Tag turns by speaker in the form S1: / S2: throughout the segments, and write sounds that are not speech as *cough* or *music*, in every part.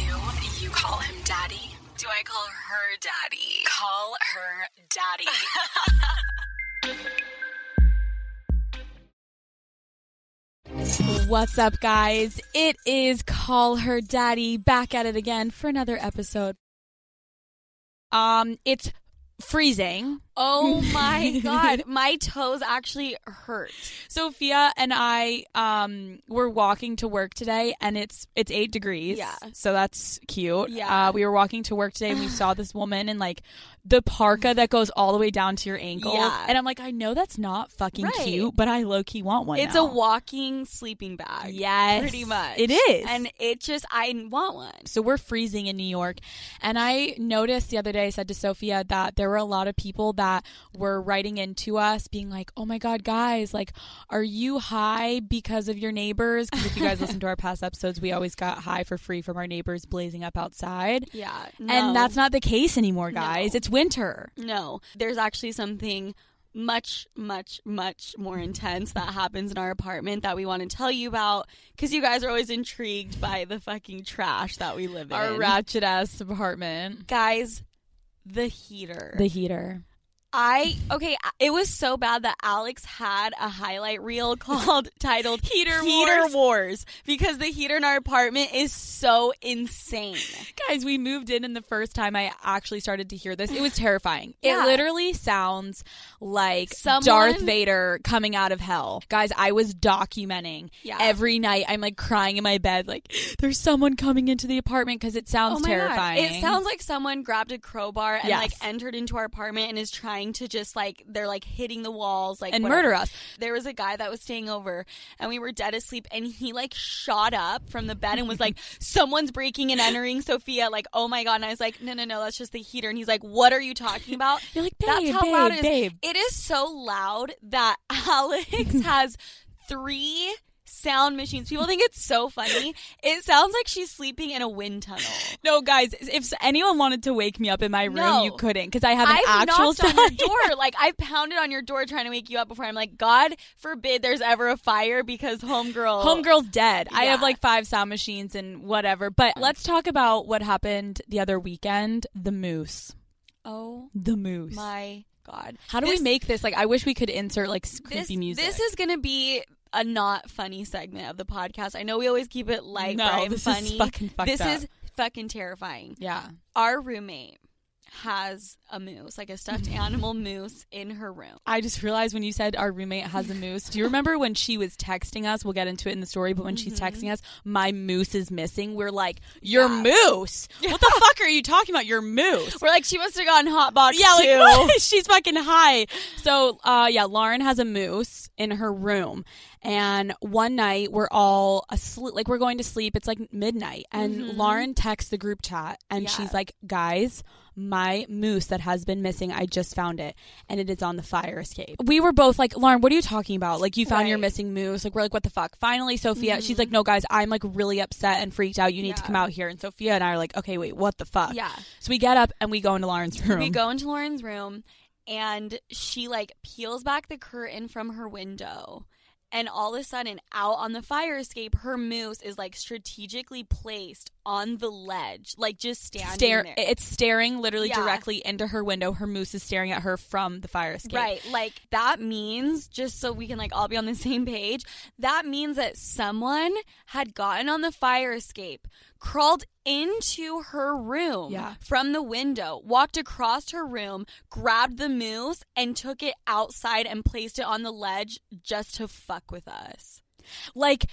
S1: you call him daddy? Do I call her daddy? Call her daddy. *laughs*
S2: What's up, guys? It is Call Her Daddy back at it again for another episode. Um, it's freezing.
S3: Oh
S1: *laughs*
S3: *laughs* my god, my toes actually hurt.
S2: Sophia and I um were walking to work today, and it's it's eight degrees.
S3: Yeah.
S2: so that's cute.
S3: Yeah.
S2: uh, we were walking to work today, and we
S3: *sighs*
S2: saw this woman in like the parka that goes all the way down to your ankles.
S3: Yeah.
S2: and I'm like, I know that's not fucking
S3: Right.
S2: cute, but I low key want one.
S3: It's a
S2: now.
S3: walking sleeping bag.
S2: Yes,
S3: pretty much.
S2: it is,
S3: And it just I want one.
S2: So we're freezing in New York. And I noticed the other day, I said to Sophia that there were a lot of people that were writing in to us being like, oh my God, guys, like, are you high because of your neighbors? Because if you guys listen to our past episodes, we always got high for free from our neighbors blazing up outside.
S3: Yeah.
S2: And that's not the case anymore, guys.
S3: No.
S2: It's winter.
S3: No, there's actually something much, much, much more intense that happens in our apartment that we want to tell you about because you guys are always intrigued by the fucking trash that we live in.
S2: Our ratchet ass apartment.
S3: guys, the heater.
S2: The heater.
S3: I okay. It was so bad that Alex had a highlight reel *laughs* called titled "Heater
S2: Wars.
S3: Wars" because the heater in our apartment is so insane.
S2: Guys, we moved in, and the first time I actually started to hear this, it was terrifying.
S3: Yeah.
S2: It literally sounds like
S3: Someone-
S2: Darth Vader coming out of hell. Guys, I was documenting
S3: Yeah.
S2: every night. I'm like crying in my bed, like, there's someone coming into the apartment because it sounds
S3: Oh my God.
S2: terrifying.
S3: It sounds like someone grabbed a crowbar and
S2: Yes.
S3: like entered into our apartment and is trying to just like they're like hitting the walls like
S2: and
S3: whatever.
S2: murder us.
S3: There was a guy that was staying over and we were dead asleep and he like shot up from the bed and was
S2: *laughs*
S3: like, Someone's breaking and entering Sophia, like, oh my god. And I was like, No, no, no, that's just the heater. And he's like, What are you talking about?
S2: You're like, *laughs* babe,
S3: That's how
S2: babe,
S3: loud it is.
S2: babe.
S3: It is so loud that *laughs*
S2: *laughs*
S3: Alex has three sound machines. People think it's so funny. It sounds like she's sleeping in a wind tunnel.
S2: No, guys, if anyone wanted to wake me up in my room,
S3: No.
S2: you couldn't because I have an
S3: I've
S2: actual
S3: knocked on your
S2: *laughs* sound-
S3: door. Like I've pounded on your door trying to wake you up before. I'm like, God forbid there's ever a fire because homegirl.
S2: Homegirl's dead. I have
S3: Yeah.
S2: like five sound machines and whatever. But let's talk about what happened the other weekend. The moose.
S3: Oh
S2: The moose.
S3: my God.
S2: How do
S3: This-
S2: we make this? Like, I wish we could insert like s-
S3: this,
S2: creepy music.
S3: This is gonna be a not funny segment of the podcast. I know we always keep it light,
S2: No,
S3: bright, and
S2: this is
S3: funny.
S2: fucking fucked
S3: this
S2: up.
S3: is fucking terrifying.
S2: yeah.
S3: Our roommate has a moose, like a
S2: *laughs*
S3: stuffed animal moose, in her room.
S2: I just realized when you said our roommate has a moose. Do you remember when she was texting us? We'll get into it in the story, but when
S3: Mm-hmm.
S2: she's texting us, my moose is missing. We're like, your moose? What the fuck are you talking about?
S3: *laughs*
S2: Your moose?
S3: We're like, she must have gotten hot box
S2: Yeah,
S3: too.
S2: like *laughs* she's fucking high. So, uh, yeah, Lauren has a moose in her room, and one night we're all asleep, like we're going to sleep. It's like midnight, and Lauren texts the group chat, and
S3: Mm-hmm. Yeah.
S2: she's like, "Guys, my moose that has been missing, I just found it, and it is on the fire escape." We were both like, "Lauren, what are you talking about? Like, you found your
S3: Right. Mm-hmm.
S2: missing moose? Like, we're like, what the fuck?" Finally, Sophia, she's like, "No, guys, I'm like really upset and freaked out. You need to
S3: Yeah.
S2: come out here." And Sophia and I are like, "Okay, wait, what the *laughs* fuck?"
S3: yeah.
S2: So we get up and we go into Lauren's room.
S3: We go into Lauren's room and she like peels back the curtain from her window. And all of a sudden, out on the fire escape, her moose is like strategically placed on the ledge, like just standing
S2: stare
S3: there.
S2: it's staring literally
S3: Yeah.
S2: directly into her window her moose is staring at her from the fire escape
S3: Right. Like that means, just so we can like all be on the same page, that means that someone had gotten on the fire escape, crawled into her room
S2: Yeah.
S3: from the window, walked across her room, grabbed the moose, and took it outside and placed it on the ledge just to fuck with us.
S2: like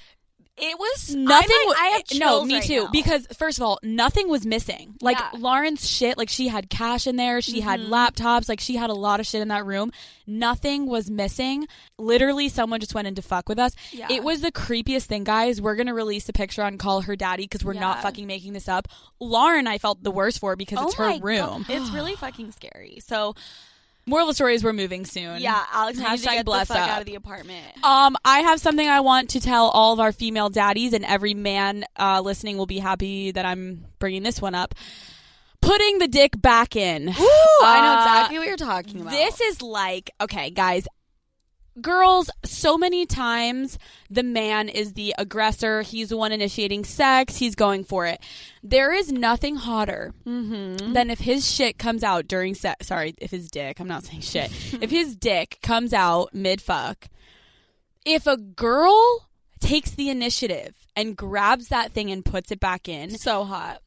S3: It was
S2: nothing
S3: I'm like,
S2: wa-
S3: I have
S2: no
S3: chills
S2: me
S3: right
S2: too
S3: now.
S2: because first of all nothing was missing like
S3: Yeah. Mm-hmm.
S2: lauren's shit like she had cash in there she had laptops like she had a lot of shit in that room nothing was missing literally someone just went in to fuck with us
S3: Yeah.
S2: it was the creepiest thing guys we're gonna release a picture on call her daddy because we're
S3: Yeah.
S2: not fucking making this up lauren i felt the worst for because
S3: Oh
S2: it's
S3: my
S2: her
S3: God.
S2: room
S3: It's
S2: *sighs*
S3: really fucking scary. So
S2: moral of the story is we're moving soon
S3: yeah, Alex, I need to
S2: Hashtag
S3: get
S2: bless
S3: the fuck
S2: up.
S3: out of the apartment.
S2: Um, I have something I want to tell all of our female daddies, and every man uh, listening will be happy that I'm bringing this one up. Putting the dick back in.
S3: I know
S2: Uh,
S3: exactly what you're talking about.
S2: This is like okay, guys. girls, so many times the man is the aggressor. He's the one initiating sex. He's going for it. There is nothing hotter
S3: Mm-hmm.
S2: than if his shit comes out during sex. Sorry, if his dick, I'm not saying
S3: *laughs*
S2: shit. if his dick comes out mid fuck, if a girl takes the initiative and grabs that thing and puts it back in,
S3: So hot.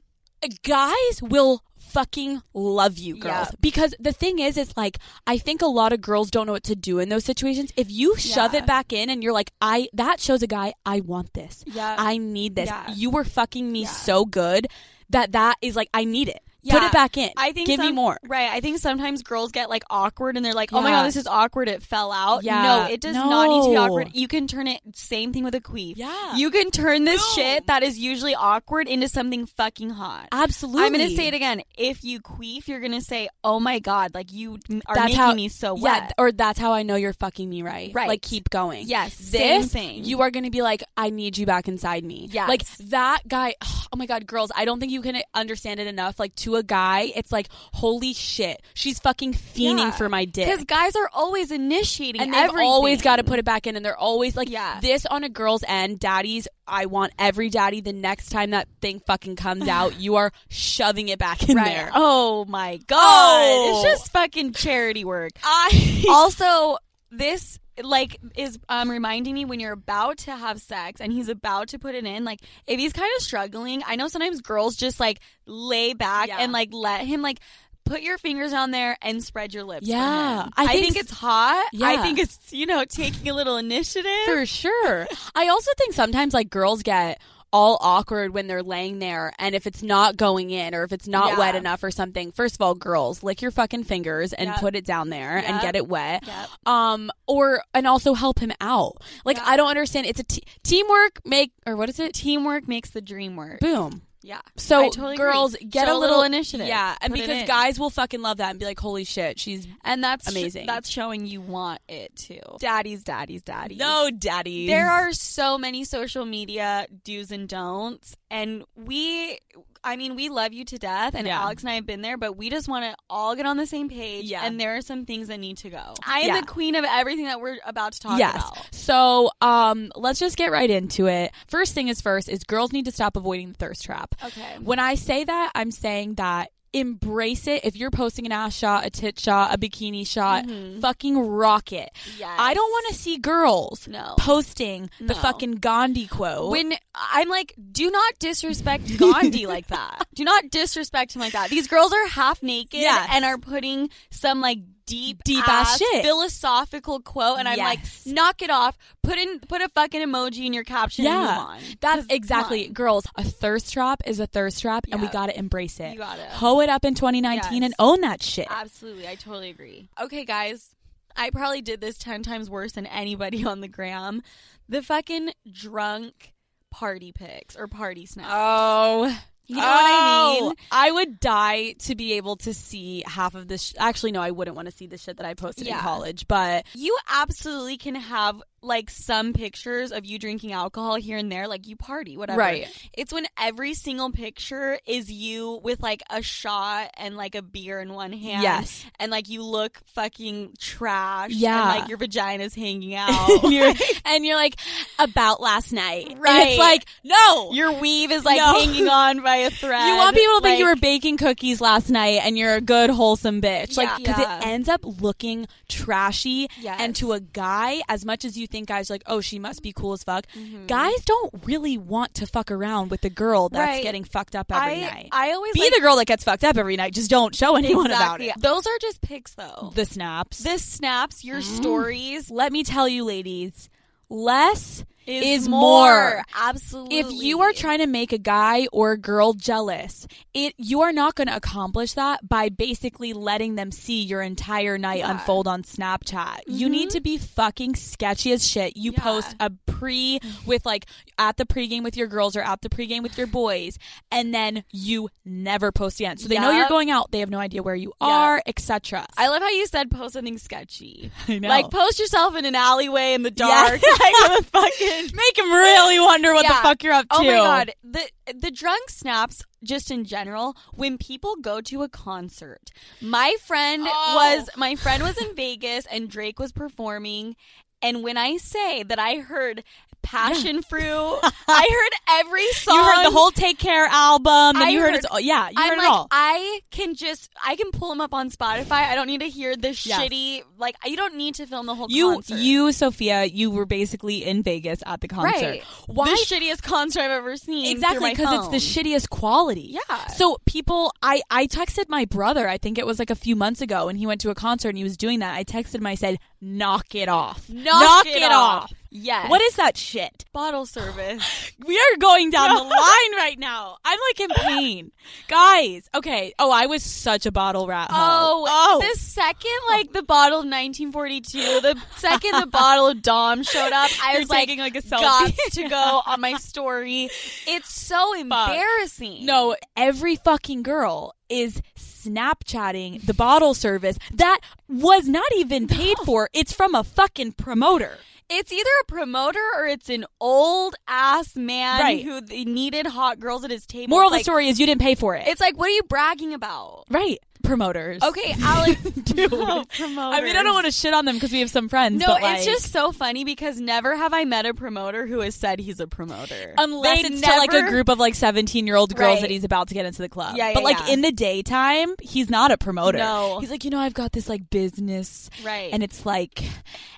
S2: guys will fucking love you girls
S3: Yeah.
S2: because the thing is it's like i think a lot of girls don't know what to do in those situations if you shove
S3: Yeah.
S2: it back in and you're like i that shows a guy i want this
S3: Yeah.
S2: i need this
S3: Yeah.
S2: you were fucking me
S3: Yeah.
S2: so good that that is like i need it put
S3: Yeah.
S2: it back in
S3: I think
S2: give me
S3: some-
S2: more
S3: Right. I think sometimes girls get like awkward and they're like, "Oh my
S2: Yeah.
S3: god, this is awkward. It fell out."
S2: Yeah.
S3: No, it does not need to be
S2: No.
S3: awkward. You can turn it. Same thing with a queef.
S2: Yeah.
S3: You can turn this
S2: No.
S3: shit that is usually awkward into something fucking hot.
S2: absolutely
S3: I'm gonna say it again. If you queef, you're gonna say, "Oh my god, like you m- are
S2: That's
S3: making
S2: how-
S3: me so
S2: yeah
S3: wet."
S2: th- or that's how i know you're fucking me right
S3: Right.
S2: like keep going
S3: yes, same
S2: this
S3: thing.
S2: you are going to be like i need you back inside me
S3: Yes.
S2: like that guy *sighs* oh my god girls i don't think you can understand it enough like to a guy it's like holy shit she's fucking fiending
S3: Yeah.
S2: for my dick
S3: because guys are always initiating,
S2: and they've always got to
S3: everything.
S2: put it back in and they're always like
S3: Yeah.
S2: this on a girl's end daddies i want every daddy the next time that thing fucking comes
S3: *sighs*
S2: out you are shoving it back in there
S3: Oh my god.
S2: Oh.
S3: It's just fucking charity
S2: *laughs*
S3: work.
S2: i
S3: oh, also, this like is um reminding me when you're about to have sex and he's about to put it in like if he's kind of struggling i know sometimes girls just like lay back
S2: Yeah.
S3: and like let him like put your fingers on there and spread your lips for
S2: Yeah.
S3: him.
S2: I
S3: i
S2: think
S3: think,
S2: s-
S3: it's hot i
S2: Yeah.
S3: think it's you know taking a little initiative
S2: For sure. I also think sometimes like girls get all awkward when they're laying there and if it's not going in or if it's not
S3: Yeah.
S2: wet enough or something. First of all, girls, lick your fucking fingers and
S3: Yep.
S2: put it down there and
S3: Yep.
S2: get it wet.
S3: *gasps* Yep.
S2: Um or and also help him out. Like
S3: Yeah.
S2: I don't understand it's a t- teamwork make or what is it?
S3: teamwork makes the dream work
S2: Boom.
S3: yeah
S2: So
S3: I totally agree.
S2: girls get
S3: Show
S2: a little,
S3: initiative
S2: Yeah, and
S3: Put it
S2: because
S3: in.
S2: guys will fucking love that and be like, "Holy shit, she's
S3: And that's
S2: Amazing.
S3: that's showing you want it too. Daddies, daddies, daddies.
S2: no daddy."
S3: There are so many social media do's and don'ts, and we, I mean, we love you to death, and
S2: Yeah.
S3: Alex and I have been there, but we just want to all get on the same page.
S2: Yeah.
S3: and there are some things that need to go. I am
S2: Yeah.
S3: the queen of everything that we're about to talk
S2: yes.
S3: about.
S2: So um, let's just get right into it. First thing is first is girls need to stop avoiding the thirst trap.
S3: Okay.
S2: When I say that, I'm saying that embrace it. If you're posting an ass shot, a tit shot, a bikini shot, fucking rock it.
S3: Mm-hmm. Yes.
S2: I don't want to see girls
S3: No.
S2: posting the
S3: No.
S2: fucking Gandhi quote.
S3: When I'm like, do not
S2: *laughs*
S3: disrespect Gandhi like that. Do not disrespect him like that. These girls are half naked
S2: Yes.
S3: and are putting some like deep,
S2: Deep ass shit.
S3: philosophical quote, and I'm
S2: Yes.
S3: like, knock it off. Put in, put a fucking emoji in your caption. and move on.
S2: That's
S3: 'Cause
S2: exactly,
S3: come
S2: girls. A thirst trap is a thirst trap, and we
S3: Yeah.
S2: gotta embrace it.
S3: You gotta.
S2: hoe it up in 2019
S3: Yes.
S2: and own that shit.
S3: on. Absolutely, I totally agree. Okay, guys, I probably did this ten times worse than anybody *laughs* on the gram. The fucking drunk party pics or party snaps.
S2: Oh,
S3: you know what I
S2: Oh,
S3: mean?
S2: I would die to be able to see half of this. Sh- Actually, no, I wouldn't want to see the shit that I posted in
S3: Yeah.
S2: college. But
S3: You absolutely can have like some pictures of you drinking alcohol here and there, like you party, whatever.
S2: Right.
S3: It's when every single picture is you with like a shot and like a beer in one hand.
S2: Yes.
S3: And like you look fucking trash.
S2: Yeah.
S3: And like your vagina's *laughs* hanging out.
S2: you're, *laughs* and you're like about last night, And
S3: Right.
S2: it's like no,
S3: your weave is like
S2: No.
S3: hanging on by *laughs* a thread.
S2: you want people to think you were
S3: Like,
S2: baking cookies last night and you're a good wholesome bitch, like
S3: Yeah.
S2: because
S3: Yeah.
S2: it ends up looking trashy.
S3: Yes.
S2: And to a guy, as much as you think guys are like, oh, she must be cool as fuck,
S3: Mm-hmm.
S2: guys don't really want to fuck around with the girl that's
S3: Right.
S2: getting fucked up every
S3: I,
S2: night.
S3: I always
S2: be
S3: like,
S2: the girl that gets fucked up every night. Just don't show anyone
S3: exactly.
S2: about it.
S3: Those are just pics though. Mm.
S2: The snaps.
S3: this snaps your stories
S2: Let me tell you, ladies, less
S3: is,
S2: is, more.
S3: Absolutely.
S2: If you are trying to make a guy or a girl jealous, it you are not going to accomplish that by basically letting them see your entire night unfold on Snapchat. You need to be fucking sketchy as shit. You
S3: Yeah.
S2: post a pre with like at the pregame with your girls or at the pregame with your boys, and then you never post again. So they know you're
S3: Yup.
S2: going out. They have no idea where you are, etc.
S3: I love how you said post something sketchy.
S2: I know.
S3: *laughs* Like post yourself in an alleyway in the
S2: Yeah. *laughs*
S3: dark. *laughs* like with a fucking
S2: Make him really wonder what the
S3: Yeah.
S2: fuck you're up to.
S3: Oh my god. The the drunk snaps just in general when people go to a concert. My friend
S2: Oh.
S3: *laughs* was my friend was in Vegas and Drake was performing And when I say that I heard passion
S2: *laughs*
S3: fruit, I heard every song.
S2: You heard the whole Take Care album, and
S3: I
S2: you heard,
S3: heard-
S2: it's all, yeah, you
S3: I'm
S2: heard
S3: like,
S2: it all.
S3: I can just, I can pull them up on Spotify. I don't need to hear the
S2: Yes.
S3: shitty, like, you don't need to film the whole
S2: You,
S3: concert.
S2: you, Sophia, you were basically in Vegas at the concert.
S3: right?
S2: Why?
S3: The shittiest concert I've ever seen. through
S2: exactly,
S3: my
S2: it's the
S3: phone.
S2: shittiest quality.
S3: Yeah.
S2: So people, I I texted my brother. I think it was like a few months ago, and he went to a concert and he was doing that. I texted him. I said, "Knock it off!
S3: Knock, it, off. Yes.
S2: What is that shit?
S3: bottle service?
S2: We are
S3: *laughs*
S2: going down the line right now. I'm like in pain, guys. Okay. Oh, I was such a bottle rat.
S3: Oh,
S2: hoe. *gasps* oh,
S3: the second like the bottle of 1942, the second the bottle of Dom showed up, I
S2: You're
S3: was like,
S2: taking, like, a selfie.
S3: got to go on my story. It's so embarrassing.
S2: No, every fucking girl is Snapchatting the bottle service that was not even paid for. It's from a fucking promoter.
S3: it's either a promoter or it's an old ass man
S2: Right.
S3: who th- needed hot girls at his table.
S2: Moral
S3: It's
S2: of the
S3: like-
S2: story is you didn't pay for it.
S3: It's like, what are you bragging about?
S2: right. Promoters.
S3: Okay, *laughs* Alex.
S2: Dude.
S3: Oh,
S2: I mean, I don't want to shit on them because we have some friends.
S3: No,
S2: but, like,
S3: it's just so funny because never have I met a promoter who has said he's a promoter.
S2: unless
S3: They
S2: it's to like a
S3: never-
S2: group of like 17 year old girls
S3: Right.
S2: that he's about to get into the club.
S3: Yeah, yeah,
S2: but like
S3: yeah.
S2: in the daytime, he's not a promoter.
S3: No.
S2: He's like, you know, I've got this like business
S3: Right.
S2: and it's like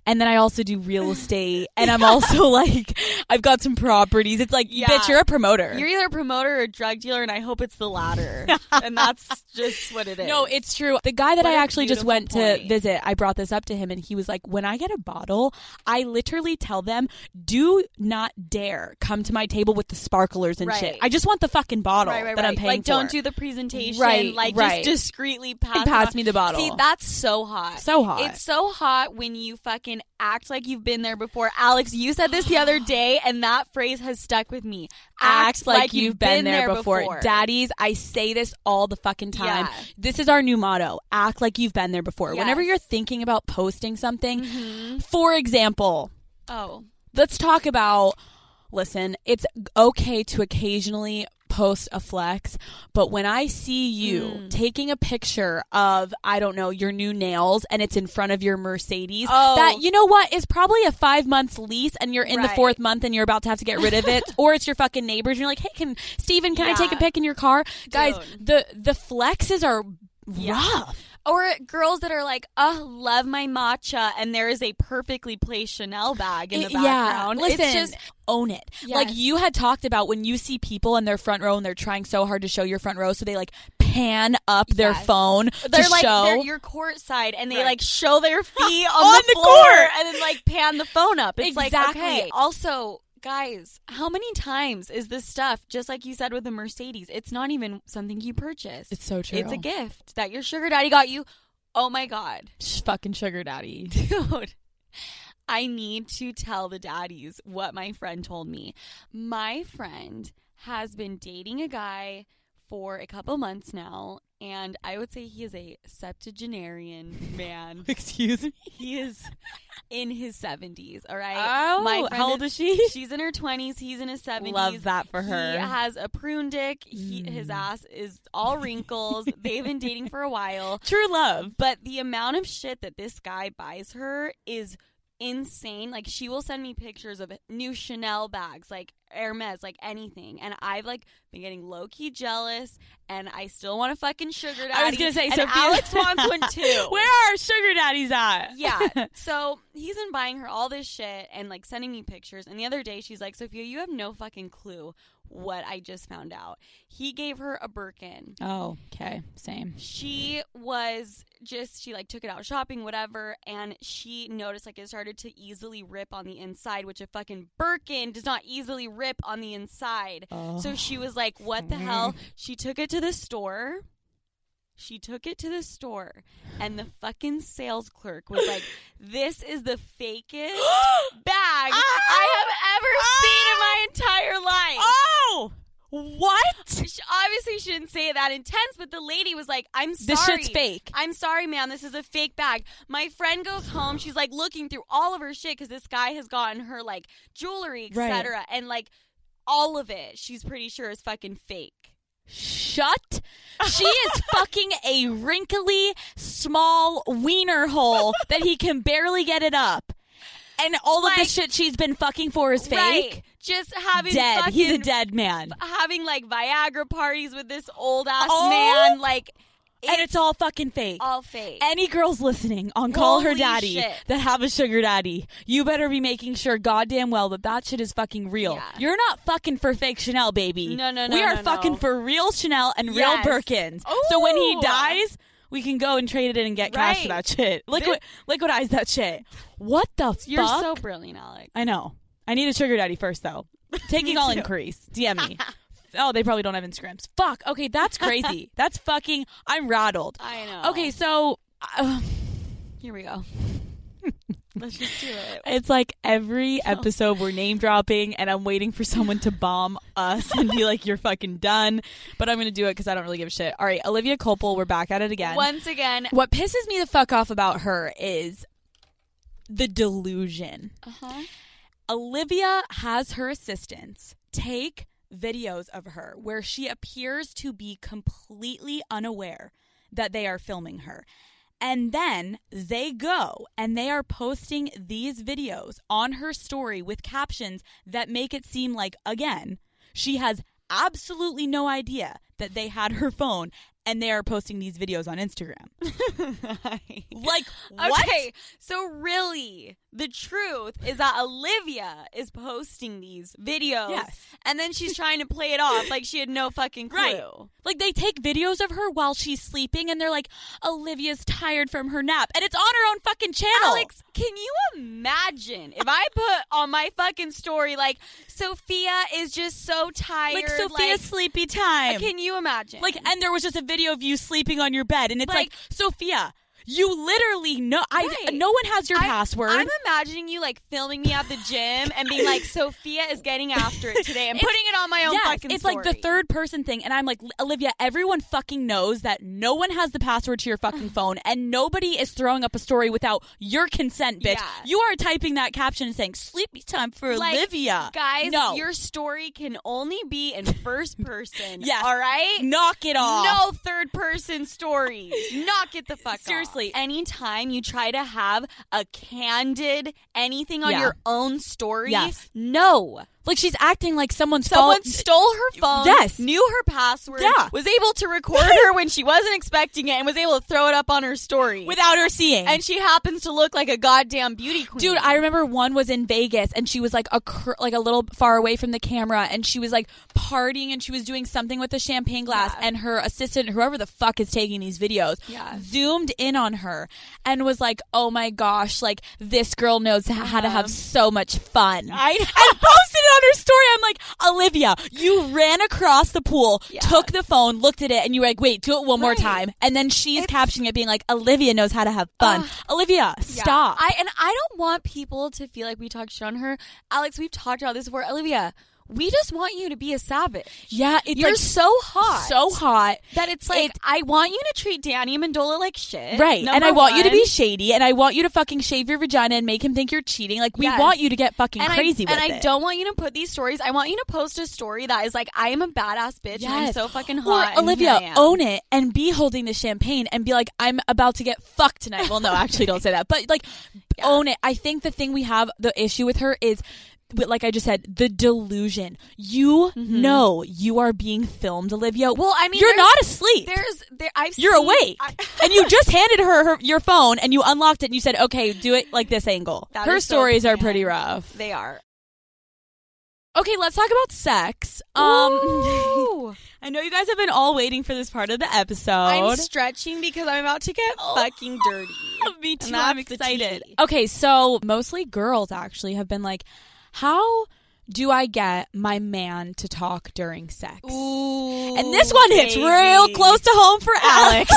S2: and then I also
S3: *laughs*
S2: do real estate and I'm also like I've got some properties. It's like
S3: Yeah.
S2: bitch, you're a promoter.
S3: You're either a promoter or a drug dealer, and I hope it's the
S2: *laughs*
S3: latter. and that's just what it is.
S2: no, it's true. The guy that
S3: What
S2: I
S3: a
S2: actually just
S3: beautiful
S2: went to
S3: point.
S2: visit, I brought this up to him and he was like, "When I get a bottle, I literally tell them, do not dare come to my table with the sparklers and shit.
S3: Right.
S2: I just want the fucking bottle
S3: right, right,
S2: that
S3: right.
S2: I'm paying
S3: like,
S2: for."
S3: don't do the presentation.
S2: Right,
S3: like
S2: right.
S3: just discreetly pass.
S2: and
S3: it
S2: pass
S3: on.
S2: me the bottle.
S3: See, that's so hot.
S2: So hot.
S3: It's so hot when you fucking act like you've been there before. Alex, you said this the
S2: *gasps*
S3: other day, and that phrase has stuck with me.
S2: act, like, you've, been, there before. Daddies, I say this all the fucking time.
S3: Yeah.
S2: This is our new motto. Act like you've been there before. Whenever
S3: Yes.
S2: you're thinking about posting something,
S3: Mhm.
S2: for example,
S3: Oh,
S2: let's talk about listen, it's okay to occasionally post a flex, but when I see you
S3: Mm.
S2: taking a picture of I don't know, your new nails and it's in front of your Mercedes,
S3: Oh.
S2: that you know what is probably a 5 months lease and you're in the
S3: Right.
S2: 4th month and you're about to have to get
S3: *laughs*
S2: rid of it or it's your fucking neighbors and you're like, "Hey, can Steven, can I take a
S3: Yeah.
S2: pic in your car?" Guys,
S3: Dude.
S2: the the flexes are
S3: Yeah.
S2: rough.
S3: or girls that are like, "Oh, love my matcha," and there is a perfectly placed Chanel bag in the
S2: It-
S3: background.
S2: Listen,
S3: it's just
S2: own it. Like
S3: Yes.
S2: you had talked about when you see people in their front row and they're trying so hard to show your front row, so they like pan up their
S3: Yes.
S2: phone
S3: they're
S2: to
S3: like
S2: show.
S3: they're your court side and they
S2: Right.
S3: like show
S2: *laughs*
S3: their feet on,
S2: On
S3: the,
S2: the
S3: floor
S2: court.
S3: and then like pan the phone up. It's like
S2: Exactly.
S3: okay. Also, guys, how many times is this stuff just like you said with the Mercedes? It's not even something you purchased.
S2: it's so true.
S3: It's a gift that your sugar daddy got you. Oh my god.
S2: Sh- fucking sugar daddy. *laughs*
S3: Dude. I need to tell the daddies what my friend told me. My friend has been dating a guy for a couple months now, and I would say he is a septuagenarian man.
S2: *laughs* Excuse me.
S3: he is in his 70s, all right?
S2: Oh,
S3: my friend
S2: how old is she?
S3: *laughs* She's in her 20s, he's in his 70s.
S2: Love that for her. Mm.
S3: He has a prune dick. He, His ass is all
S2: *laughs*
S3: wrinkles. They've been dating for a while.
S2: True love.
S3: But the amount of shit that this guy buys her is insane. Like she will send me pictures of new Chanel bags, like Hermes, like anything. And I've like been getting low key jealous, and I still want a fucking sugar daddy.
S2: I was gonna say,
S3: and
S2: Sophia-
S3: Alex wants
S2: *laughs*
S3: one too.
S2: Where are sugar daddies at? *laughs*
S3: Yeah. So he's been buying her all this shit and like sending me pictures. And the other day she's like, Sophia, you have no fucking clue what I just found out. He gave her a Birkin
S2: Oh, okay. Same.
S3: she was just she like took it out shopping whatever and she noticed like it started to easily rip on the inside which a fucking birkin does not easily rip on the inside
S2: Oh.
S3: so she was like what the hell she took it to the store she took it to the store and the fucking sales clerk was
S2: *gasps*
S3: like this is the fakest
S2: Ah!
S3: bag i have ever seen in my entire life
S2: oh, what?
S3: she, obviously she didn't say it that intense, but the lady was like, "I'm sorry,
S2: This shit's fake."
S3: I'm sorry, man. This is a fake bag." My friend goes home. She's like looking through all of her shit because this guy has gotten her like jewelry,
S2: Right.
S3: etc., and like all of it. She's pretty sure is fucking fake.
S2: Shut.
S3: *laughs*
S2: She is fucking a wrinkly, small wiener hole that he can barely get it up. and all of
S3: Like-
S2: this shit she's been fucking for is fake.
S3: Right. Just having
S2: Dead.
S3: Fucking,
S2: He's a dead man.
S3: having like Viagra parties with this old ass
S2: All-
S3: man, like
S2: and it's all fucking fake.
S3: all fake.
S2: Any girls listening on Call Her
S3: Holy
S2: Daddy
S3: shit.
S2: that have a sugar daddy, you better be making sure goddamn well that that shit is fucking real.
S3: Yeah.
S2: You're not fucking for fake Chanel, baby.
S3: No, no, no,
S2: We are
S3: no,
S2: fucking
S3: no.
S2: for real Chanel and
S3: Yes.
S2: real Birkins. So when he
S3: Ooh.
S2: dies, we can go and trade it in and get cash for
S3: Right.
S2: that shit. Liquid, liquidize that shit. What the
S3: You're
S2: fuck?
S3: so brilliant,
S2: *laughs*
S3: Alex.
S2: I know. I need a sugar daddy first, though.
S3: *laughs*
S2: Taking all increase. DM me. oh, they probably don't have Instagrams. Fuck.
S3: *laughs*
S2: Okay, that's crazy. that's fucking. I'm rattled.
S3: I know.
S2: Okay, so uh,
S3: here we
S2: *laughs*
S3: go. Let's just do it.
S2: it's like *laughs* every episode we're name dropping, and I'm waiting for someone to bomb us and be like, "You're fucking done." But I'm gonna do it because I don't really give a shit. All right, Olivia Copel, we're back at it again.
S3: Once again,
S2: What pisses me the fuck off about her is the delusion. *laughs*
S3: uh-huh.
S2: Olivia has her assistants take videos of her where she appears to be completely unaware that they are filming her. And then they go and they are posting these videos on her story with captions that make it seem like, again, she has absolutely no idea that they had her phone and they are posting these videos on Instagram. Like, what?
S3: Okay, so really, the truth is that Olivia is posting these videos,
S2: Yes.
S3: and then she's trying to play it off like she had no fucking clue.
S2: Right. Like they take videos of her while she's sleeping and they're like, Olivia's tired from her nap. And it's on her own fucking channel.
S3: Alex, can you imagine if I put on my fucking story like Sophia is just so tired,
S2: like Sophia's sleepy time.
S3: like, can you imagine?
S2: Like, and there was just a video of you sleeping on your bed. And it's like,
S3: Like-
S2: Sophia, you literally know, I,
S3: Right.
S2: no one has your
S3: I-
S2: password.
S3: I'm imagining you like filming me at the gym and being
S2: *laughs*
S3: like, Sophia is getting after it today and
S2: It's-
S3: putting it on my own
S2: Yes,
S3: fucking
S2: it's like the
S3: story.
S2: third person thing, and I'm like, Olivia, everyone fucking knows that no one has the password to
S3: *sighs*
S2: your fucking phone, and nobody is throwing up a story without your consent, bitch.
S3: Yeah.
S2: You are typing that caption and saying "sleepy time for
S3: Like,
S2: Olivia."
S3: Guys,
S2: no,
S3: your story can only be in first person.
S2: *laughs* Yes.
S3: All right?
S2: knock it off.
S3: No third person stories. Knock it the fuck
S2: Seriously.
S3: off. Anytime you try to have a candid anything on
S2: Yeah.
S3: your own story,
S2: Yes.
S3: no.
S2: like she's acting like someone's
S3: Someone
S2: phone.
S3: stole her phone,
S2: Yes.
S3: knew her password,
S2: Yeah.
S3: was able to record her when she wasn't expecting it, and was able to throw it up on her story.
S2: without her seeing.
S3: and she happens to look like a goddamn beauty queen.
S2: Dude, I remember one was in Vegas and she was like a cur- like a little far away from the camera and she was like partying and she was doing something with a champagne glass
S3: Yeah.
S2: and her assistant whoever the fuck is taking these videos
S3: Yeah.
S2: zoomed in on her and was like, "Oh my gosh, like this girl knows h- how to have so much fun."
S3: I know.
S2: and posted it on her story. I'm like, "Olivia, you ran across the pool,
S3: Yeah.
S2: took the phone, looked at it and you were like, "Wait, do it one more
S3: Right.
S2: time." And then she's captioning it being like, "Olivia knows how to have fun." Olivia,
S3: Yeah.
S2: stop.
S3: I and I don't want people to feel like we talk shit on her. Alex, we've talked about this before. Olivia, we just want you to be a savage.
S2: Yeah, it's
S3: You're
S2: like
S3: so hot.
S2: so hot.
S3: that it's like
S2: It-
S3: I want you to treat Danny Mandola like shit.
S2: Right. and
S3: number
S2: I want you to
S3: one.
S2: be shady and I want you to fucking shave your vagina and make him think you're cheating. Like we
S3: Yes.
S2: want you to get fucking
S3: and
S2: crazy
S3: I,
S2: with
S3: and
S2: it.
S3: I don't want you to put these stories. I want you to post a story that is like, I am a badass bitch and I'm
S2: Yes.
S3: so fucking hot.
S2: Or
S3: and here I
S2: Olivia,
S3: am.
S2: own it and be holding the champagne and be like, I'm about to get fucked tonight. Well, no, actually, don't say that.
S3: *laughs*
S2: But like, own it. I think the thing we have the issue with her is. but Like I just said, the delusion. You know you are being filmed, Olivia.
S3: Well, Mm-hmm. I mean,
S2: you're
S3: there's-
S2: not asleep.
S3: There's there. I've
S2: You're
S3: seen-
S2: awake,
S3: I-
S2: *laughs* and you just handed her, her your phone, and you unlocked it, and you said, "Okay, do it like this angle."
S3: That
S2: her
S3: is so
S2: stories are
S3: bland.
S2: pretty rough.
S3: *laughs* they are.
S2: Okay, let's talk about sex. Um,
S3: Ooh.
S2: *laughs* I know you guys have been all waiting for this part of the episode.
S3: I'm stretching because I'm about to get
S2: Oh.
S3: fucking dirty.
S2: Me too.
S3: And
S2: I'm
S3: that's the
S2: excited.
S3: tea.
S2: Okay, so mostly girls actually have been like, "How do I get my man to talk during sex?"
S3: Ooh,
S2: And this one hits
S3: baby.
S2: real close to home for Alex.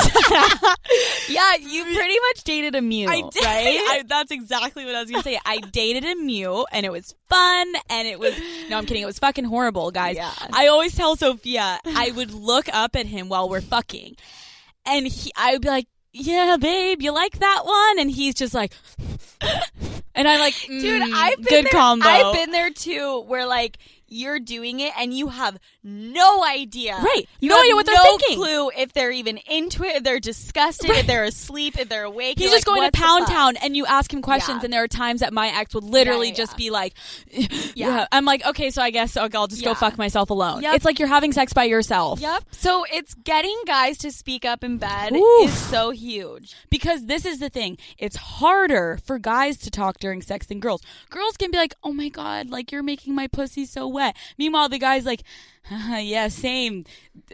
S3: Yeah, *laughs* you pretty much dated a mule.
S2: I
S3: *laughs*
S2: did. I, that's exactly what I was gonna say. I dated a mute, and it was fun, and it was. No, I'm kidding. It was fucking horrible, guys.
S3: Yeah.
S2: I always tell Sophia I would look up at him while we're fucking, and he, I would be like, "Yeah, babe, you like that one?" And he's just like, *laughs* and I'm like,
S3: Dude,
S2: "Mm,
S3: I've been
S2: good
S3: there,
S2: combo."
S3: I've been there too, where like you're doing it and you have no idea.
S2: Right.
S3: You
S2: No
S3: have
S2: idea what they're
S3: no
S2: thinking.
S3: clue if they're even into it, if they're disgusted, if they're asleep, if they're awake.
S2: He's
S3: You're
S2: just
S3: like,
S2: going to
S3: "What the
S2: Pound
S3: fuck?"
S2: Town, and you ask him questions,
S3: Yeah.
S2: and there are times that my ex would literally
S3: yeah,
S2: just
S3: yeah.
S2: be like, *laughs* yeah. I'm like, okay, so I guess like, I'll just go
S3: Yeah.
S2: fuck myself alone.
S3: Yep.
S2: It's like you're having sex by yourself.
S3: Yep. So it's getting guys to speak up in bed
S2: Oof.
S3: is so huge.
S2: Because this is the thing, it's harder for guys to talk during sex than girls. Girls can be like, "Oh my god, like you're making my pussy so wet." Meanwhile, the guy's like, *laughs* "Uh, "Yeah, same.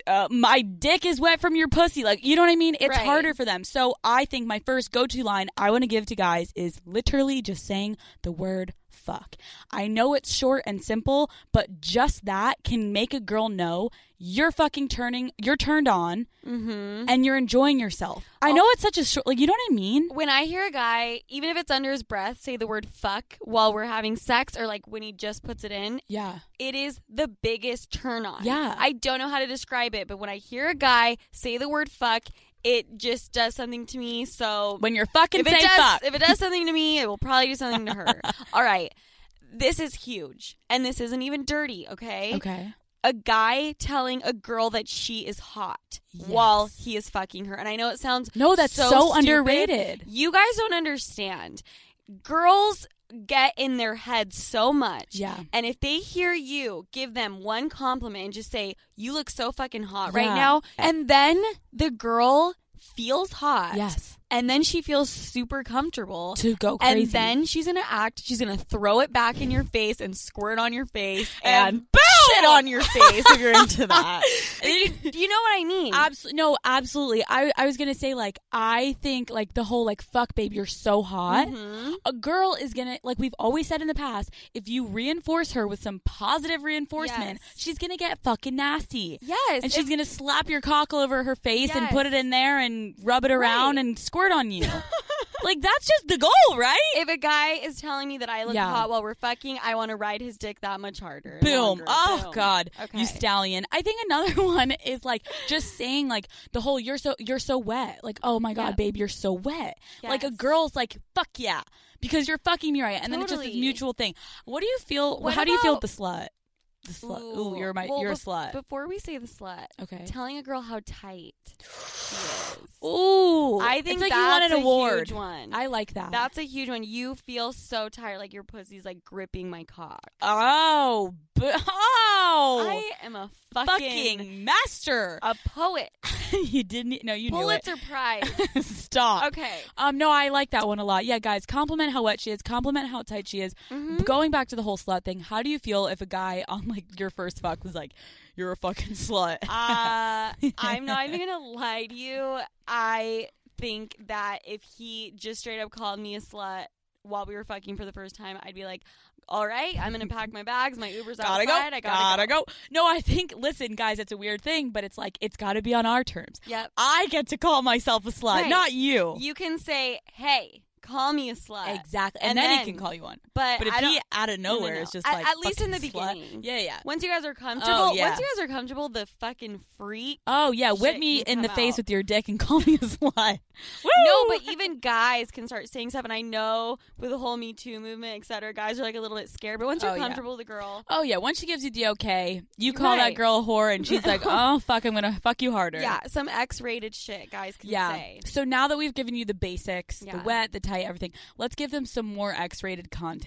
S2: Uh, my dick is wet from your pussy." Like, you know what I mean? It's
S3: Right.
S2: harder for them. So, I think my first go-to line I want to give to guys is literally just saying the word fuck. I know it's short and simple, but just that can make a girl know you're fucking turning, you're turned on
S3: Mm-hmm.
S2: and you're enjoying yourself. I know it's such a short, like, you know what I mean?
S3: When I hear a guy, even if it's under his breath, say the word fuck while we're having sex or like when he just puts it in,
S2: Yeah.
S3: it is the biggest turn on.
S2: Yeah.
S3: I don't know how to describe it, but when I hear a guy say the word fuck, it just does something to me. So
S2: When you're fucking
S3: if
S2: say
S3: it does
S2: fuck.
S3: if it does something to me, it will probably do something to
S2: *laughs*
S3: her. All right. This is huge. And this isn't even dirty, okay?
S2: okay.
S3: A guy telling a girl that she is hot while he is fucking her. And I know it sounds
S2: No, that's so
S3: stupid.
S2: underrated.
S3: You guys don't understand. Girls get in their heads so much.
S2: Yeah.
S3: And if they hear you give them one compliment and just say, You look so fucking hot
S2: Yeah.
S3: right now, and then the girl feels hot.
S2: Yes.
S3: And then she feels super comfortable.
S2: To go crazy.
S3: And
S2: *laughs*
S3: then she's gonna act. She's gonna throw it back in your face and squirt on your face
S2: And
S3: and, shit on *laughs* your face if you're into
S2: *laughs*
S3: that. Do you know what I mean?
S2: Absolutely. No, absolutely. I, I was going to say, like, I think, like, the whole, like, fuck, babe, you're so hot.
S3: Mm-hmm.
S2: A girl is going to, like, we've always said in the past, if you reinforce her with some positive reinforcement,
S3: Yes.
S2: she's going to get fucking nasty.
S3: Yes.
S2: And she's going to slap your cock all over her face and
S3: Yes.
S2: put it in there and rub it around
S3: Right.
S2: and squirt
S3: *laughs*
S2: on you. like, that's just the goal, right?
S3: if a guy is telling me that I look
S2: Yeah.
S3: hot while we're fucking, I want to ride his dick that much harder. and
S2: Boom.
S3: longer.
S2: Oh
S3: Boom.
S2: God.
S3: Okay.
S2: You stallion. I think another *laughs* one is like just saying like the whole you're so you're so wet. Like, oh my God,
S3: Yep.
S2: babe, you're so wet. Like a
S3: Yes.
S2: girl's like, fuck yeah. Because you're fucking me right. And then it's just this
S3: Totally.
S2: mutual thing. What do you feel
S3: What
S2: how do you feel with
S3: about-
S2: the slut? The slut. Ooh, you're my
S3: Well,
S2: you're a
S3: bef-
S2: slut.
S3: Before we say the slut,
S2: okay.
S3: telling a girl how tight she is.
S2: Ooh.
S3: I think
S2: it's like
S3: that's
S2: you won an
S3: a
S2: award.
S3: huge one.
S2: I like that.
S3: that's a huge one. You feel so tired, like your pussy's like gripping my cock.
S2: oh, b- oh,
S3: I am a
S2: fucking,
S3: fucking,
S2: master.
S3: a poet.
S2: *laughs* you didn't. e, No, you knew it.
S3: Pulitzer
S2: *laughs*
S3: Prize.
S2: Stop.
S3: Okay.
S2: Um, no, I like that one a lot. Yeah, guys, compliment how wet she is, compliment how tight she is.
S3: Mm-hmm.
S2: Going back to the whole slut thing, how do you feel if a guy on like your first fuck was like, "You're a fucking slut"? *laughs*
S3: Uh, I'm not even gonna lie to you. I think that if he just straight up called me a slut while we were fucking for the first time, I'd be like, "All right, I'm gonna pack my bags. My Uber's
S2: *laughs* gotta go,
S3: outside. I gotta,
S2: go. No, I think listen, guys, it's a weird thing, but it's like it's got to be on our terms.
S3: Yep.
S2: I get to call myself a slut,
S3: Right.
S2: not you.
S3: You can say, "Hey, call me a slut."
S2: Exactly,
S3: And
S2: and, then, he
S3: then-
S2: can call you one.
S3: But,
S2: But if
S3: I don't,
S2: he out of
S3: no,
S2: nowhere
S3: no.
S2: is just
S3: At-
S2: like,
S3: at least in
S2: "Fucking
S3: the
S2: slut."
S3: beginning.
S2: yeah, yeah.
S3: once you guys are comfortable,
S2: yeah.
S3: once you guys are comfortable, the fucking freak.
S2: Oh yeah, whip
S3: Shit
S2: me
S3: can
S2: in the
S3: come
S2: face
S3: out.
S2: with your dick and *laughs* call me a slut. Woo!
S3: No, but even guys can start saying stuff, and I know with the whole Me Too movement, et cetera, guys are like a little bit scared. But once you're
S2: Oh, yeah.
S3: comfortable, with the girl,
S2: Oh yeah, once she gives you the okay, you call that
S3: Right.
S2: girl a whore, and
S3: *laughs*
S2: she's like, "Oh fuck, I'm gonna fuck you harder."
S3: Yeah, some X-rated shit guys can
S2: yeah.
S3: say.
S2: So now that we've given you the basics, the
S3: Yeah.
S2: wet, the tight, everything, let's give them some more X-rated content.